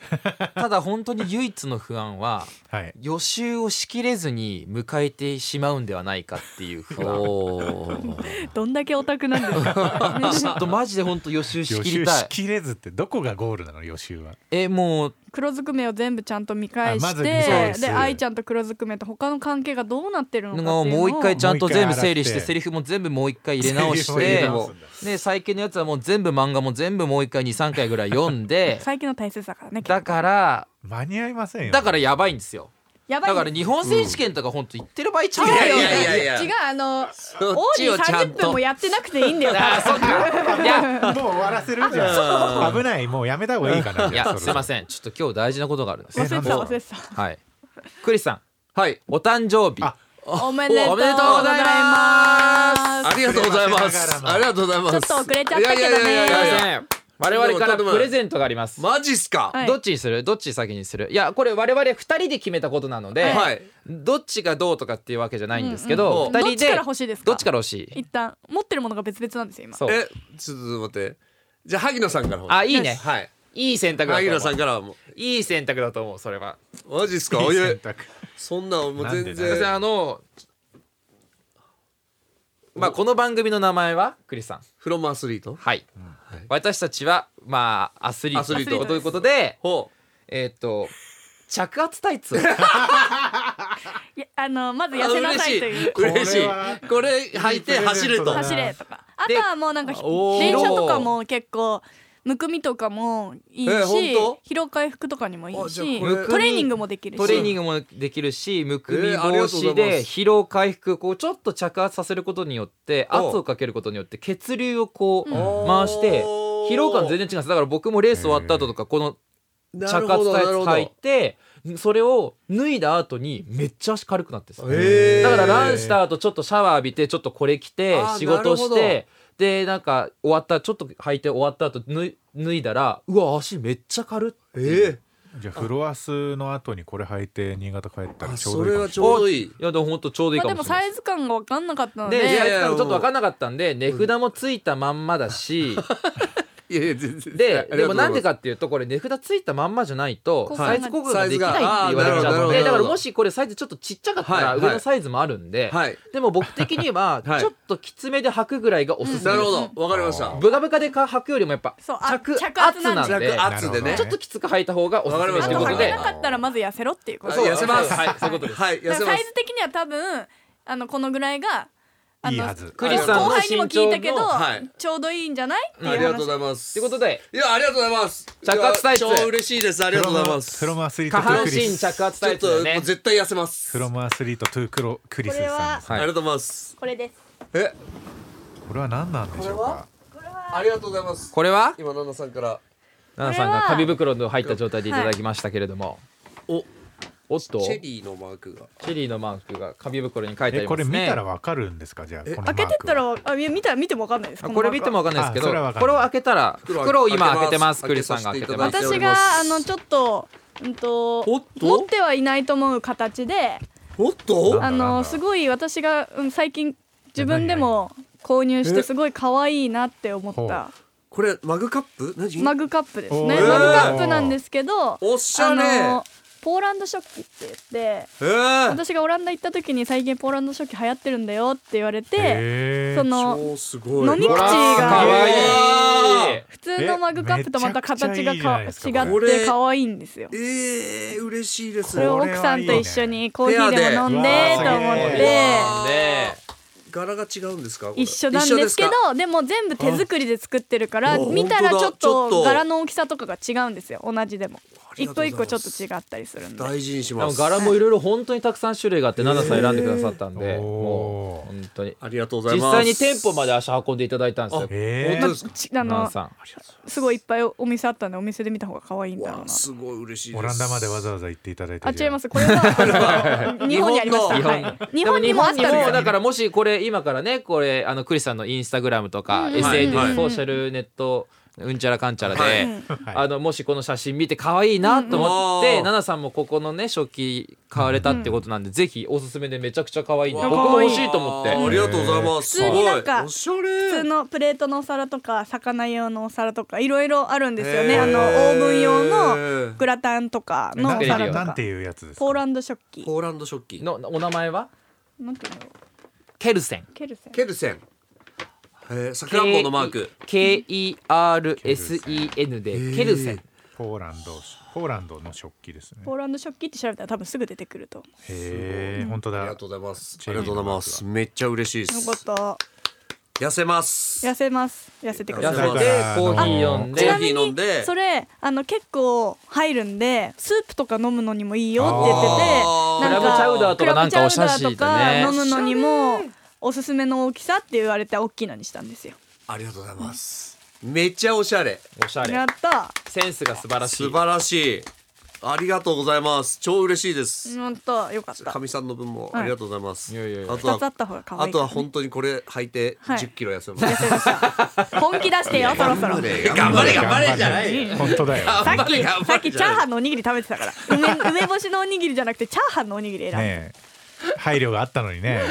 [SPEAKER 2] ただ本当に唯一の不安は
[SPEAKER 1] はい
[SPEAKER 2] 予習をしきれずに迎えてしまうんではないかっていう不安
[SPEAKER 4] おー
[SPEAKER 3] どんだけオタクなんですか
[SPEAKER 2] ちょっとマジで本当予習し
[SPEAKER 1] 予
[SPEAKER 2] き
[SPEAKER 1] 習
[SPEAKER 2] りた
[SPEAKER 1] し
[SPEAKER 2] い
[SPEAKER 1] きれずってどこがゴールなの予習は
[SPEAKER 2] えもう
[SPEAKER 3] 黒ずくめを全部ちゃんと見返
[SPEAKER 1] あま
[SPEAKER 3] し
[SPEAKER 1] ず
[SPEAKER 3] て、
[SPEAKER 1] 見返す
[SPEAKER 3] で愛ちゃんと黒ずくめと他の関係がどうなってるのかっていうの
[SPEAKER 2] も
[SPEAKER 3] を
[SPEAKER 2] うもう一回ちゃんと全部整理して
[SPEAKER 1] もう一回洗って
[SPEAKER 2] セリフも全部もう一回入れ直し
[SPEAKER 1] セリフ
[SPEAKER 2] て
[SPEAKER 1] を入れ直すんだ
[SPEAKER 2] で最近のやつはもう全部漫画も全部もう一回23回ぐらい読ん で
[SPEAKER 3] 最近の大切だからね
[SPEAKER 2] だから
[SPEAKER 1] 間に合いませんよ
[SPEAKER 2] だからやばいんですよ
[SPEAKER 3] やばい
[SPEAKER 2] だ
[SPEAKER 3] ね
[SPEAKER 2] から日本選手権とか本当言ってる場合ちゃう
[SPEAKER 3] 違う
[SPEAKER 2] よ
[SPEAKER 3] よ
[SPEAKER 4] いやいやいや
[SPEAKER 3] 違うあのオー
[SPEAKER 4] っ
[SPEAKER 3] デ
[SPEAKER 4] ち
[SPEAKER 3] ィ
[SPEAKER 4] をちゃんと
[SPEAKER 3] 30分もやってなくていいんだよ
[SPEAKER 2] あーそっかいや
[SPEAKER 1] もう終わらせるじゃん危ないもうやめた方がいいかない
[SPEAKER 2] やすいま
[SPEAKER 1] せん
[SPEAKER 2] せんちょっと今日大事なことがあるんです
[SPEAKER 1] え
[SPEAKER 3] 忘れてた忘れてた
[SPEAKER 2] はいクリスさん
[SPEAKER 4] はい
[SPEAKER 2] お誕生日
[SPEAKER 1] あ
[SPEAKER 3] おめでとうございます
[SPEAKER 4] ありがとうございますありがとうございます
[SPEAKER 3] ちょっと遅れちゃったけどね
[SPEAKER 4] いやいやいや
[SPEAKER 2] す
[SPEAKER 4] い
[SPEAKER 2] い
[SPEAKER 4] や
[SPEAKER 2] ま
[SPEAKER 4] い
[SPEAKER 2] せ
[SPEAKER 4] や
[SPEAKER 2] ん我々からプレゼントがあります
[SPEAKER 4] マジっすか
[SPEAKER 3] はい
[SPEAKER 2] どっちにするどっち先にするいやこれ我々二人で決めたことなので、
[SPEAKER 4] はい
[SPEAKER 2] どっちがどうとかっていうわけじゃないんですけど、
[SPEAKER 3] うん
[SPEAKER 2] 二
[SPEAKER 3] う
[SPEAKER 2] 人で
[SPEAKER 3] んどっちから欲しいですか
[SPEAKER 2] どっちから欲しい
[SPEAKER 3] 一旦持ってるものが別々なんですよ今
[SPEAKER 2] そう
[SPEAKER 4] えちょっと待ってじゃあ萩野さんから
[SPEAKER 2] あいいね
[SPEAKER 4] はい
[SPEAKER 2] いい選択だと
[SPEAKER 4] 萩野さ
[SPEAKER 2] 思
[SPEAKER 4] ん
[SPEAKER 2] う
[SPEAKER 4] からはも
[SPEAKER 2] いい選択だと思うそれは
[SPEAKER 4] うマジっすかお
[SPEAKER 1] いい
[SPEAKER 4] 湯
[SPEAKER 1] 選択
[SPEAKER 4] そんなんもう全
[SPEAKER 1] なんでだ
[SPEAKER 2] で
[SPEAKER 4] 然
[SPEAKER 2] あのまあこの番組の名前はクリスさん
[SPEAKER 4] フロムアスリート
[SPEAKER 2] はい、
[SPEAKER 4] はい
[SPEAKER 2] 私たちはまあアスリート
[SPEAKER 4] アスリート
[SPEAKER 2] ということで
[SPEAKER 4] ほ
[SPEAKER 2] えーっと着圧タイツを
[SPEAKER 3] いやあのまず痩せなさいという
[SPEAKER 4] う嬉し
[SPEAKER 1] これ
[SPEAKER 4] い
[SPEAKER 1] は
[SPEAKER 4] これ履いて走ると
[SPEAKER 1] いいプレゼントだ
[SPEAKER 3] 走れとかあとはもうなんかひ
[SPEAKER 4] おー
[SPEAKER 3] 電車とかも結構むくみとかもいいし、
[SPEAKER 4] え本当
[SPEAKER 3] 疲労回復とかにもいい
[SPEAKER 4] あじゃ
[SPEAKER 3] し
[SPEAKER 4] あこれ
[SPEAKER 3] トレーニングもできるし
[SPEAKER 2] トレーニングもできるしむくみ
[SPEAKER 4] えー
[SPEAKER 2] 防
[SPEAKER 4] ありがとうござ
[SPEAKER 2] 止
[SPEAKER 4] いま
[SPEAKER 2] です疲労回復こうちょっと着圧させることによって
[SPEAKER 4] おう
[SPEAKER 2] 圧をかけることによって血流をこう
[SPEAKER 3] うん
[SPEAKER 2] 回して
[SPEAKER 4] おー
[SPEAKER 2] 疲労感全然違うんですだから僕もレース終わった後とかこの着
[SPEAKER 4] なるほ
[SPEAKER 2] 圧
[SPEAKER 4] ど
[SPEAKER 2] タイ
[SPEAKER 4] な
[SPEAKER 2] ツ
[SPEAKER 4] るほ
[SPEAKER 2] 履い
[SPEAKER 4] ど
[SPEAKER 2] てそれを脱いだ後にめっちゃ足軽くなってさ
[SPEAKER 4] え
[SPEAKER 2] だ
[SPEAKER 4] ー
[SPEAKER 2] からランした後ちょっとシャワー浴びてちょっとこれ着て
[SPEAKER 4] あー
[SPEAKER 2] 仕事
[SPEAKER 4] なる
[SPEAKER 2] し
[SPEAKER 4] ほど
[SPEAKER 2] てでなんか終わったちょっと履いて終わった後脱い脱いだらうわ足めっちゃ軽っ
[SPEAKER 4] えー
[SPEAKER 1] じゃあフロアスの後にこれ履いて新潟帰ったら
[SPEAKER 4] あ
[SPEAKER 1] ちょうどいい
[SPEAKER 4] それ
[SPEAKER 1] かも
[SPEAKER 4] は
[SPEAKER 1] し
[SPEAKER 4] ちょうどいい
[SPEAKER 2] いやでも本当ちょうどいい
[SPEAKER 3] まあ
[SPEAKER 2] か
[SPEAKER 3] で
[SPEAKER 2] も
[SPEAKER 3] も
[SPEAKER 2] しれない
[SPEAKER 3] サイズ感が分かんなかったの
[SPEAKER 2] で、
[SPEAKER 3] で
[SPEAKER 2] い
[SPEAKER 4] いやいや
[SPEAKER 2] やちょっと分かんなかったんで値札もついたまんまだし、
[SPEAKER 4] い やいや全然
[SPEAKER 2] で
[SPEAKER 4] あり
[SPEAKER 2] で
[SPEAKER 4] がとう
[SPEAKER 2] も
[SPEAKER 4] ござ
[SPEAKER 2] ないん
[SPEAKER 4] ま
[SPEAKER 2] で
[SPEAKER 4] す
[SPEAKER 2] かっていうとこれ値札ついたまんまじゃないと
[SPEAKER 3] 交換が
[SPEAKER 2] サイズ交換ができないって言われちゃうの
[SPEAKER 4] はいサイズがあーなるほど
[SPEAKER 2] で
[SPEAKER 4] なるほど
[SPEAKER 2] だからもしこれサイズちょっとちっちゃかったら
[SPEAKER 4] はい
[SPEAKER 2] 上のサイズもあるんで、
[SPEAKER 4] はい
[SPEAKER 2] でも僕的には
[SPEAKER 4] はい
[SPEAKER 2] ちょっときつめで履くぐらいがおすすめで
[SPEAKER 4] なる
[SPEAKER 2] す、
[SPEAKER 4] ほどわかりました
[SPEAKER 1] あ
[SPEAKER 2] ブカブカでか履くよりもやっぱ
[SPEAKER 3] そうあ
[SPEAKER 2] 着
[SPEAKER 3] 着
[SPEAKER 2] 圧
[SPEAKER 3] 圧
[SPEAKER 2] な
[SPEAKER 3] なんん
[SPEAKER 2] で
[SPEAKER 3] で
[SPEAKER 4] 弱圧でね
[SPEAKER 1] なる
[SPEAKER 2] ちょっときつく履いた方がおすすめ
[SPEAKER 4] わ
[SPEAKER 2] と
[SPEAKER 4] か
[SPEAKER 2] い
[SPEAKER 4] り
[SPEAKER 2] う
[SPEAKER 3] あ
[SPEAKER 2] ことで
[SPEAKER 3] と履けな
[SPEAKER 4] ました
[SPEAKER 3] かったらまず痩せろっていうこと
[SPEAKER 2] そう
[SPEAKER 4] 痩せます
[SPEAKER 2] はいそういうことです
[SPEAKER 4] はい痩
[SPEAKER 3] だ
[SPEAKER 4] せ
[SPEAKER 3] からサ
[SPEAKER 4] ます
[SPEAKER 3] イズ的には多分あのこのぐらいがあ
[SPEAKER 1] れないい
[SPEAKER 3] の
[SPEAKER 1] いはず
[SPEAKER 2] クリスさんの
[SPEAKER 3] 後輩にも聞いたけ
[SPEAKER 2] 身
[SPEAKER 3] ど、
[SPEAKER 2] 長の
[SPEAKER 4] はい
[SPEAKER 3] ちょうどいいんじゃないっていう
[SPEAKER 4] あ
[SPEAKER 3] 話
[SPEAKER 4] りがとうございます
[SPEAKER 2] ということで
[SPEAKER 4] いやありがとうございます
[SPEAKER 2] 着圧タイツ
[SPEAKER 4] いや超嬉しいですありがとうございます
[SPEAKER 1] フロムアスリート
[SPEAKER 2] 下
[SPEAKER 1] トゥー
[SPEAKER 2] 半
[SPEAKER 1] クリ
[SPEAKER 2] 身
[SPEAKER 1] ス
[SPEAKER 2] 着圧
[SPEAKER 4] ち
[SPEAKER 2] タ
[SPEAKER 4] ょ
[SPEAKER 2] イ
[SPEAKER 4] っ
[SPEAKER 2] ツだよ
[SPEAKER 4] とも
[SPEAKER 2] ね
[SPEAKER 4] う絶対痩せます
[SPEAKER 1] フロムアスリートトゥークロクリスさんです
[SPEAKER 2] はい
[SPEAKER 4] ありがとうございます
[SPEAKER 3] これです
[SPEAKER 4] え
[SPEAKER 1] これは何なんでしょうか
[SPEAKER 4] ありがとうございます
[SPEAKER 2] これは
[SPEAKER 4] 今奈々さんから
[SPEAKER 2] 奈々さんが
[SPEAKER 3] これは
[SPEAKER 2] 紙袋の入った状態でいただきましたけれども、
[SPEAKER 4] お
[SPEAKER 2] おっと
[SPEAKER 4] チ
[SPEAKER 2] チ
[SPEAKER 4] ェ
[SPEAKER 2] ェ
[SPEAKER 4] リーのマークが
[SPEAKER 2] リーのマークが紙袋に書いてあ
[SPEAKER 1] え
[SPEAKER 2] りますね
[SPEAKER 1] これ見たらわかるんですかじゃあこのマーク
[SPEAKER 3] 開け
[SPEAKER 1] は
[SPEAKER 3] てったらあいや見たら見てもわかんないです
[SPEAKER 2] あ
[SPEAKER 3] の
[SPEAKER 2] これ見てもわかんないですけ
[SPEAKER 1] あ
[SPEAKER 2] ど
[SPEAKER 1] それはわかんない
[SPEAKER 2] これを開けたら
[SPEAKER 4] 袋
[SPEAKER 2] 袋を今開
[SPEAKER 4] 開
[SPEAKER 2] け
[SPEAKER 4] け
[SPEAKER 2] て
[SPEAKER 4] て
[SPEAKER 2] ま
[SPEAKER 4] ますす
[SPEAKER 2] クリスさんが開けてます
[SPEAKER 4] 開けさせていただいて
[SPEAKER 3] 私が
[SPEAKER 4] おります
[SPEAKER 3] あのちょっとうんと
[SPEAKER 4] おっと
[SPEAKER 3] 持ってはいないと思う形で
[SPEAKER 4] おっと
[SPEAKER 1] な
[SPEAKER 3] あ
[SPEAKER 1] んだなんだ
[SPEAKER 3] のすごい私が、うん、最近自分でも購入して
[SPEAKER 4] え
[SPEAKER 3] すごい可愛いなって思っ
[SPEAKER 1] ほ
[SPEAKER 3] た
[SPEAKER 4] これマグカップ何
[SPEAKER 3] マグカップです
[SPEAKER 1] お
[SPEAKER 3] ねマ
[SPEAKER 1] ー
[SPEAKER 3] グカップなんですけど
[SPEAKER 4] おしゃれ
[SPEAKER 3] あのポーランド食器って言って
[SPEAKER 4] えー、
[SPEAKER 3] 私がオランダ行った時に最近ポーランド食器流行ってるんだよって言われて
[SPEAKER 1] へー
[SPEAKER 3] その
[SPEAKER 4] 超すごい
[SPEAKER 3] 飲み口が
[SPEAKER 4] わ
[SPEAKER 2] かわいい
[SPEAKER 3] 普通のマグカップとまた形が
[SPEAKER 1] えめちゃ
[SPEAKER 3] か違
[SPEAKER 1] く
[SPEAKER 3] っ
[SPEAKER 1] ちゃいいじゃないですか
[SPEAKER 4] これ
[SPEAKER 3] て可愛いんですよ
[SPEAKER 4] えー、嬉しいです
[SPEAKER 3] それを奥さんと一緒にコーヒーでも飲ん
[SPEAKER 1] ペ
[SPEAKER 3] で
[SPEAKER 1] アで
[SPEAKER 3] と思っ
[SPEAKER 1] うわーすげ
[SPEAKER 3] て
[SPEAKER 4] え
[SPEAKER 2] で
[SPEAKER 4] 柄が違うんですかこれ
[SPEAKER 3] 一緒なんですけど
[SPEAKER 4] 一緒か
[SPEAKER 3] でも全部手作りで作ってるから
[SPEAKER 4] あお
[SPEAKER 3] 見たら
[SPEAKER 4] 本
[SPEAKER 3] ち
[SPEAKER 4] 当
[SPEAKER 3] ょっ
[SPEAKER 4] だちょ
[SPEAKER 3] と
[SPEAKER 4] っと
[SPEAKER 3] 柄の大きさとかが違うんですよ同じでも
[SPEAKER 4] あり
[SPEAKER 3] 一
[SPEAKER 4] がと
[SPEAKER 3] 個
[SPEAKER 4] うござ
[SPEAKER 3] 一
[SPEAKER 4] います
[SPEAKER 3] 個ちょっと違ったりするんで
[SPEAKER 4] 大事にし
[SPEAKER 2] で
[SPEAKER 4] ま
[SPEAKER 2] も
[SPEAKER 4] す
[SPEAKER 2] 柄もいろいろ本当にたくさん種類があって奈々さん選んでくださったんで
[SPEAKER 1] おー
[SPEAKER 2] もう本当に
[SPEAKER 4] ありがとうござい
[SPEAKER 2] 実
[SPEAKER 4] ます
[SPEAKER 2] 際に店舗まで足運んでいただいたんですよ
[SPEAKER 1] え
[SPEAKER 4] 本
[SPEAKER 1] ー
[SPEAKER 4] 当ですか
[SPEAKER 3] ちあ
[SPEAKER 2] 奈々
[SPEAKER 3] の
[SPEAKER 2] さん
[SPEAKER 3] すごいいっぱいお店あったんでお店で見た方が可愛いんだろう
[SPEAKER 4] わ
[SPEAKER 3] な
[SPEAKER 4] あすごい嬉しいです
[SPEAKER 1] オランダまでわざわざ行っていただいて
[SPEAKER 3] あ違いますすこれは あの日本にありました
[SPEAKER 2] 本
[SPEAKER 4] 日
[SPEAKER 2] の
[SPEAKER 3] はい日本にもあったんで
[SPEAKER 2] でも日本にも
[SPEAKER 3] す
[SPEAKER 2] だ
[SPEAKER 3] よ
[SPEAKER 2] からもしこれ今からねこれあのクリスさんのインスタグラムとか、
[SPEAKER 3] うん
[SPEAKER 2] SNS、
[SPEAKER 4] はいはい
[SPEAKER 2] ソーシャルネットうんちゃらかんちゃらで、
[SPEAKER 4] は
[SPEAKER 2] あのもしこの写真見て可愛いなと思って、
[SPEAKER 4] うん
[SPEAKER 2] 奈々さんもここのね食器買われたってことなんで、ぜひおすすめでめちゃくちゃ可愛いんで
[SPEAKER 4] わあ
[SPEAKER 2] 僕も欲しいと思っ
[SPEAKER 4] あ
[SPEAKER 2] て
[SPEAKER 4] りがとうございます
[SPEAKER 3] 普通になんか
[SPEAKER 4] すごいおしゃ
[SPEAKER 3] 普通
[SPEAKER 4] れ
[SPEAKER 3] のプレートのお皿とか魚用のお皿とかいろいろあるんですよね
[SPEAKER 4] へー
[SPEAKER 3] あのオーブン用のグラタンとかのお
[SPEAKER 1] な
[SPEAKER 2] 作れる
[SPEAKER 3] 皿
[SPEAKER 2] よ
[SPEAKER 3] と
[SPEAKER 1] なん
[SPEAKER 3] か
[SPEAKER 1] ていうやつですか
[SPEAKER 3] ポーランド食器
[SPEAKER 4] ポーランド食器
[SPEAKER 2] のお名前は
[SPEAKER 3] なんていうの
[SPEAKER 2] ケルセン
[SPEAKER 3] ケルセン
[SPEAKER 4] ケルセンえー、さくらんぼのマーク
[SPEAKER 2] KERSEN でケルセン
[SPEAKER 1] ポーランドポーランドの食器ですね
[SPEAKER 3] ポーランド食器って調べたら多分すぐ出てくると思
[SPEAKER 1] へえ本当
[SPEAKER 4] あり
[SPEAKER 1] だ
[SPEAKER 4] がとうございます
[SPEAKER 1] チ
[SPEAKER 4] あ
[SPEAKER 1] ェ
[SPEAKER 4] り
[SPEAKER 1] リー
[SPEAKER 4] がとうございますめっちゃ嬉しいで
[SPEAKER 3] うよかっ
[SPEAKER 4] す
[SPEAKER 3] た
[SPEAKER 4] 痩せます
[SPEAKER 3] 痩せます痩せてく
[SPEAKER 2] 痩
[SPEAKER 3] だ
[SPEAKER 2] せ
[SPEAKER 3] さい
[SPEAKER 2] て
[SPEAKER 4] 痩
[SPEAKER 2] コーヒー読ん
[SPEAKER 3] ち
[SPEAKER 4] コ
[SPEAKER 3] な
[SPEAKER 4] ー
[SPEAKER 2] で
[SPEAKER 4] ヒ
[SPEAKER 3] み
[SPEAKER 4] ー飲ん
[SPEAKER 3] に
[SPEAKER 4] で
[SPEAKER 3] それあの結構入るんでスープとか飲むのにもいいよって言って
[SPEAKER 4] あー
[SPEAKER 3] てな
[SPEAKER 2] ク
[SPEAKER 3] ん
[SPEAKER 2] ラブチャウダー
[SPEAKER 3] か
[SPEAKER 2] とかなんかおしゃし
[SPEAKER 3] クラブ
[SPEAKER 2] い
[SPEAKER 3] チャウダー
[SPEAKER 2] だ
[SPEAKER 3] と
[SPEAKER 2] ね
[SPEAKER 3] か飲むのにもおすすめの大きさって言われて大きいのにしたんですよ
[SPEAKER 4] ありがとうございますめっちゃおしゃれ
[SPEAKER 2] おしゃれ
[SPEAKER 3] やった
[SPEAKER 2] センスが素晴らしい
[SPEAKER 4] 素晴らしいありがとうございます超嬉しいです
[SPEAKER 3] やったよかった
[SPEAKER 4] かみさんの分も
[SPEAKER 3] はい
[SPEAKER 4] ありがとうございます、
[SPEAKER 2] いやいやいや
[SPEAKER 4] あと
[SPEAKER 3] 2つあ
[SPEAKER 4] は
[SPEAKER 3] った方が可
[SPEAKER 4] あ
[SPEAKER 3] 愛い
[SPEAKER 4] と
[SPEAKER 3] か
[SPEAKER 4] は
[SPEAKER 3] ら
[SPEAKER 4] 本当にこれ履いて
[SPEAKER 3] はい
[SPEAKER 4] 10キロ痩せま す、
[SPEAKER 3] 本気出してよそろそろ
[SPEAKER 4] 頑張れ頑張れ頑張れじゃないよ
[SPEAKER 1] 本当だよ
[SPEAKER 3] さっ
[SPEAKER 4] 頑張れ
[SPEAKER 3] き
[SPEAKER 4] 頑張れ
[SPEAKER 3] さっきチャーハンのおにぎり食べてたから 梅梅干しのおにぎりじゃなくてチャーハンのおにぎり選んだ
[SPEAKER 1] ねえ配慮があったのにね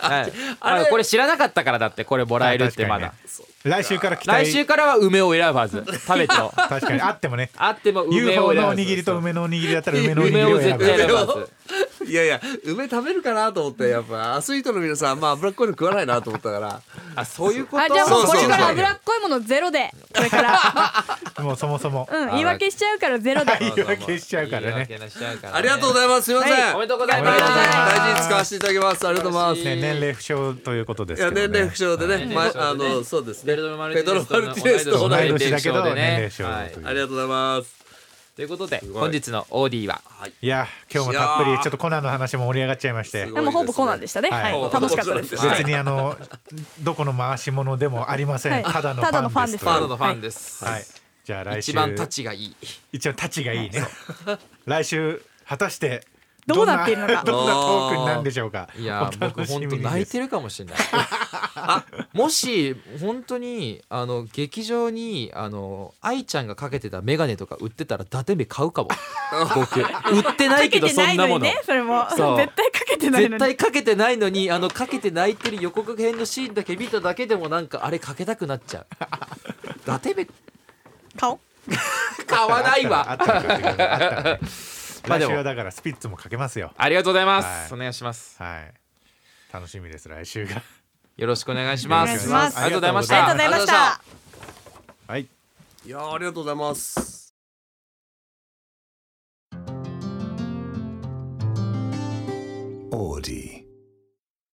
[SPEAKER 2] はい、あのこれ知らなかったからだってこれもらえるってまだ、
[SPEAKER 1] あ確かにね来週から期
[SPEAKER 2] 来
[SPEAKER 1] 待
[SPEAKER 2] 週からは梅を選ぶはず食べ ても
[SPEAKER 1] 確かにあってもね
[SPEAKER 2] あっても 梅を
[SPEAKER 1] UFO
[SPEAKER 2] 選ぶ
[SPEAKER 1] の
[SPEAKER 2] は
[SPEAKER 1] お
[SPEAKER 2] ず
[SPEAKER 1] にぎりと梅のおにぎりだったら
[SPEAKER 4] そう
[SPEAKER 1] 梅のおにぎ
[SPEAKER 2] 梅
[SPEAKER 1] り
[SPEAKER 2] を
[SPEAKER 1] を選
[SPEAKER 2] 絶
[SPEAKER 1] ぶ
[SPEAKER 2] 対選ぶはず
[SPEAKER 4] いやいや梅食べるかなと思ってやっぱアスリートの皆さんまあ脂っこいの食わないなと思ったから
[SPEAKER 2] あそういうこと
[SPEAKER 3] あじゃあもう
[SPEAKER 4] そう
[SPEAKER 3] こ
[SPEAKER 4] そう
[SPEAKER 3] れから
[SPEAKER 4] そう
[SPEAKER 3] 脂っこいものゼロでこれから
[SPEAKER 1] もうそもそも
[SPEAKER 3] うん言い訳しちゃうからゼロで
[SPEAKER 1] 言い訳しちゃうからね
[SPEAKER 2] 言い訳しちゃうからね
[SPEAKER 4] ありがとうございますすいません、
[SPEAKER 2] はいおめでとうござい
[SPEAKER 4] あ
[SPEAKER 2] ま
[SPEAKER 4] り
[SPEAKER 2] す
[SPEAKER 4] がとうございます大事に使わせていただきますありがとうございます
[SPEAKER 1] ね年齢不詳ということで
[SPEAKER 4] い
[SPEAKER 1] す
[SPEAKER 4] や
[SPEAKER 1] けどね
[SPEAKER 4] 年齢不詳でね、
[SPEAKER 2] はい
[SPEAKER 4] ま
[SPEAKER 2] 年齢
[SPEAKER 4] あ
[SPEAKER 2] 不詳でね
[SPEAKER 4] のそうですね
[SPEAKER 2] ベルドロマルティネス
[SPEAKER 4] ベルドロマルティネスと同
[SPEAKER 1] 同
[SPEAKER 4] じ
[SPEAKER 1] い年だけど
[SPEAKER 2] 同い
[SPEAKER 1] 年
[SPEAKER 2] 年
[SPEAKER 1] 齢
[SPEAKER 2] で
[SPEAKER 1] 不
[SPEAKER 2] ね
[SPEAKER 1] 詳
[SPEAKER 2] は
[SPEAKER 1] だ
[SPEAKER 2] い
[SPEAKER 1] という
[SPEAKER 4] ありがとうございます
[SPEAKER 2] ということです
[SPEAKER 4] ごい
[SPEAKER 2] 本日の OD は
[SPEAKER 1] はいや今日もたっぷりちょっとコナンの話も盛り上がっちゃいまして
[SPEAKER 4] すご
[SPEAKER 3] でもほぼコーナーでしたね、
[SPEAKER 1] はい
[SPEAKER 3] はい、楽しかったです
[SPEAKER 4] はい
[SPEAKER 1] 別にあのどこの回し物でもありません、
[SPEAKER 3] はい
[SPEAKER 1] ただの
[SPEAKER 3] ただの
[SPEAKER 1] ファンです
[SPEAKER 3] ファ
[SPEAKER 1] とい
[SPEAKER 2] パー
[SPEAKER 3] ンです
[SPEAKER 2] ド
[SPEAKER 1] う
[SPEAKER 2] のファンです、
[SPEAKER 1] はいじゃあ来週
[SPEAKER 2] 一番タチがいい
[SPEAKER 1] 一応タチがいいね 来週果たして
[SPEAKER 3] どうなっているのか
[SPEAKER 1] どんなトークになるんでしょうか
[SPEAKER 2] いや
[SPEAKER 1] お
[SPEAKER 2] 僕
[SPEAKER 1] 楽しみ
[SPEAKER 2] 本
[SPEAKER 1] に
[SPEAKER 2] 当泣いてるかもしれないあもし本当にあの劇場にあの愛ちゃんがかけてたメガネとか売ってたら伊達目買うかも僕売ってな
[SPEAKER 3] か
[SPEAKER 2] いけ
[SPEAKER 3] け
[SPEAKER 2] ど
[SPEAKER 3] て
[SPEAKER 2] そ
[SPEAKER 3] ない
[SPEAKER 2] ん
[SPEAKER 3] の
[SPEAKER 2] な
[SPEAKER 3] に
[SPEAKER 2] もの
[SPEAKER 3] ねそれも
[SPEAKER 2] そう
[SPEAKER 3] 絶対かけてないの
[SPEAKER 2] 絶
[SPEAKER 3] に
[SPEAKER 2] 対かけてないのにあのかけて泣いてる予告編のシーンだけ見ただけでもなんかあれかけたくなっちゃう伊達目
[SPEAKER 3] 顔
[SPEAKER 2] 買わない
[SPEAKER 1] あっ
[SPEAKER 2] わ
[SPEAKER 1] たら買 ってくださいあったらね
[SPEAKER 2] まあで
[SPEAKER 1] 来
[SPEAKER 2] も
[SPEAKER 1] 週はだからスピッツもかけますよ
[SPEAKER 2] ありがとうございま
[SPEAKER 1] はい
[SPEAKER 2] すお願いします
[SPEAKER 1] はい楽しみです来週が
[SPEAKER 2] よろしくお願いしま
[SPEAKER 3] お願い
[SPEAKER 2] す
[SPEAKER 3] します
[SPEAKER 2] ありがとうございまし
[SPEAKER 3] ありがと
[SPEAKER 2] た
[SPEAKER 3] うございま
[SPEAKER 4] ありがと
[SPEAKER 3] し
[SPEAKER 4] うございましたた
[SPEAKER 1] はい
[SPEAKER 4] いやーありがとうございます
[SPEAKER 5] オーディ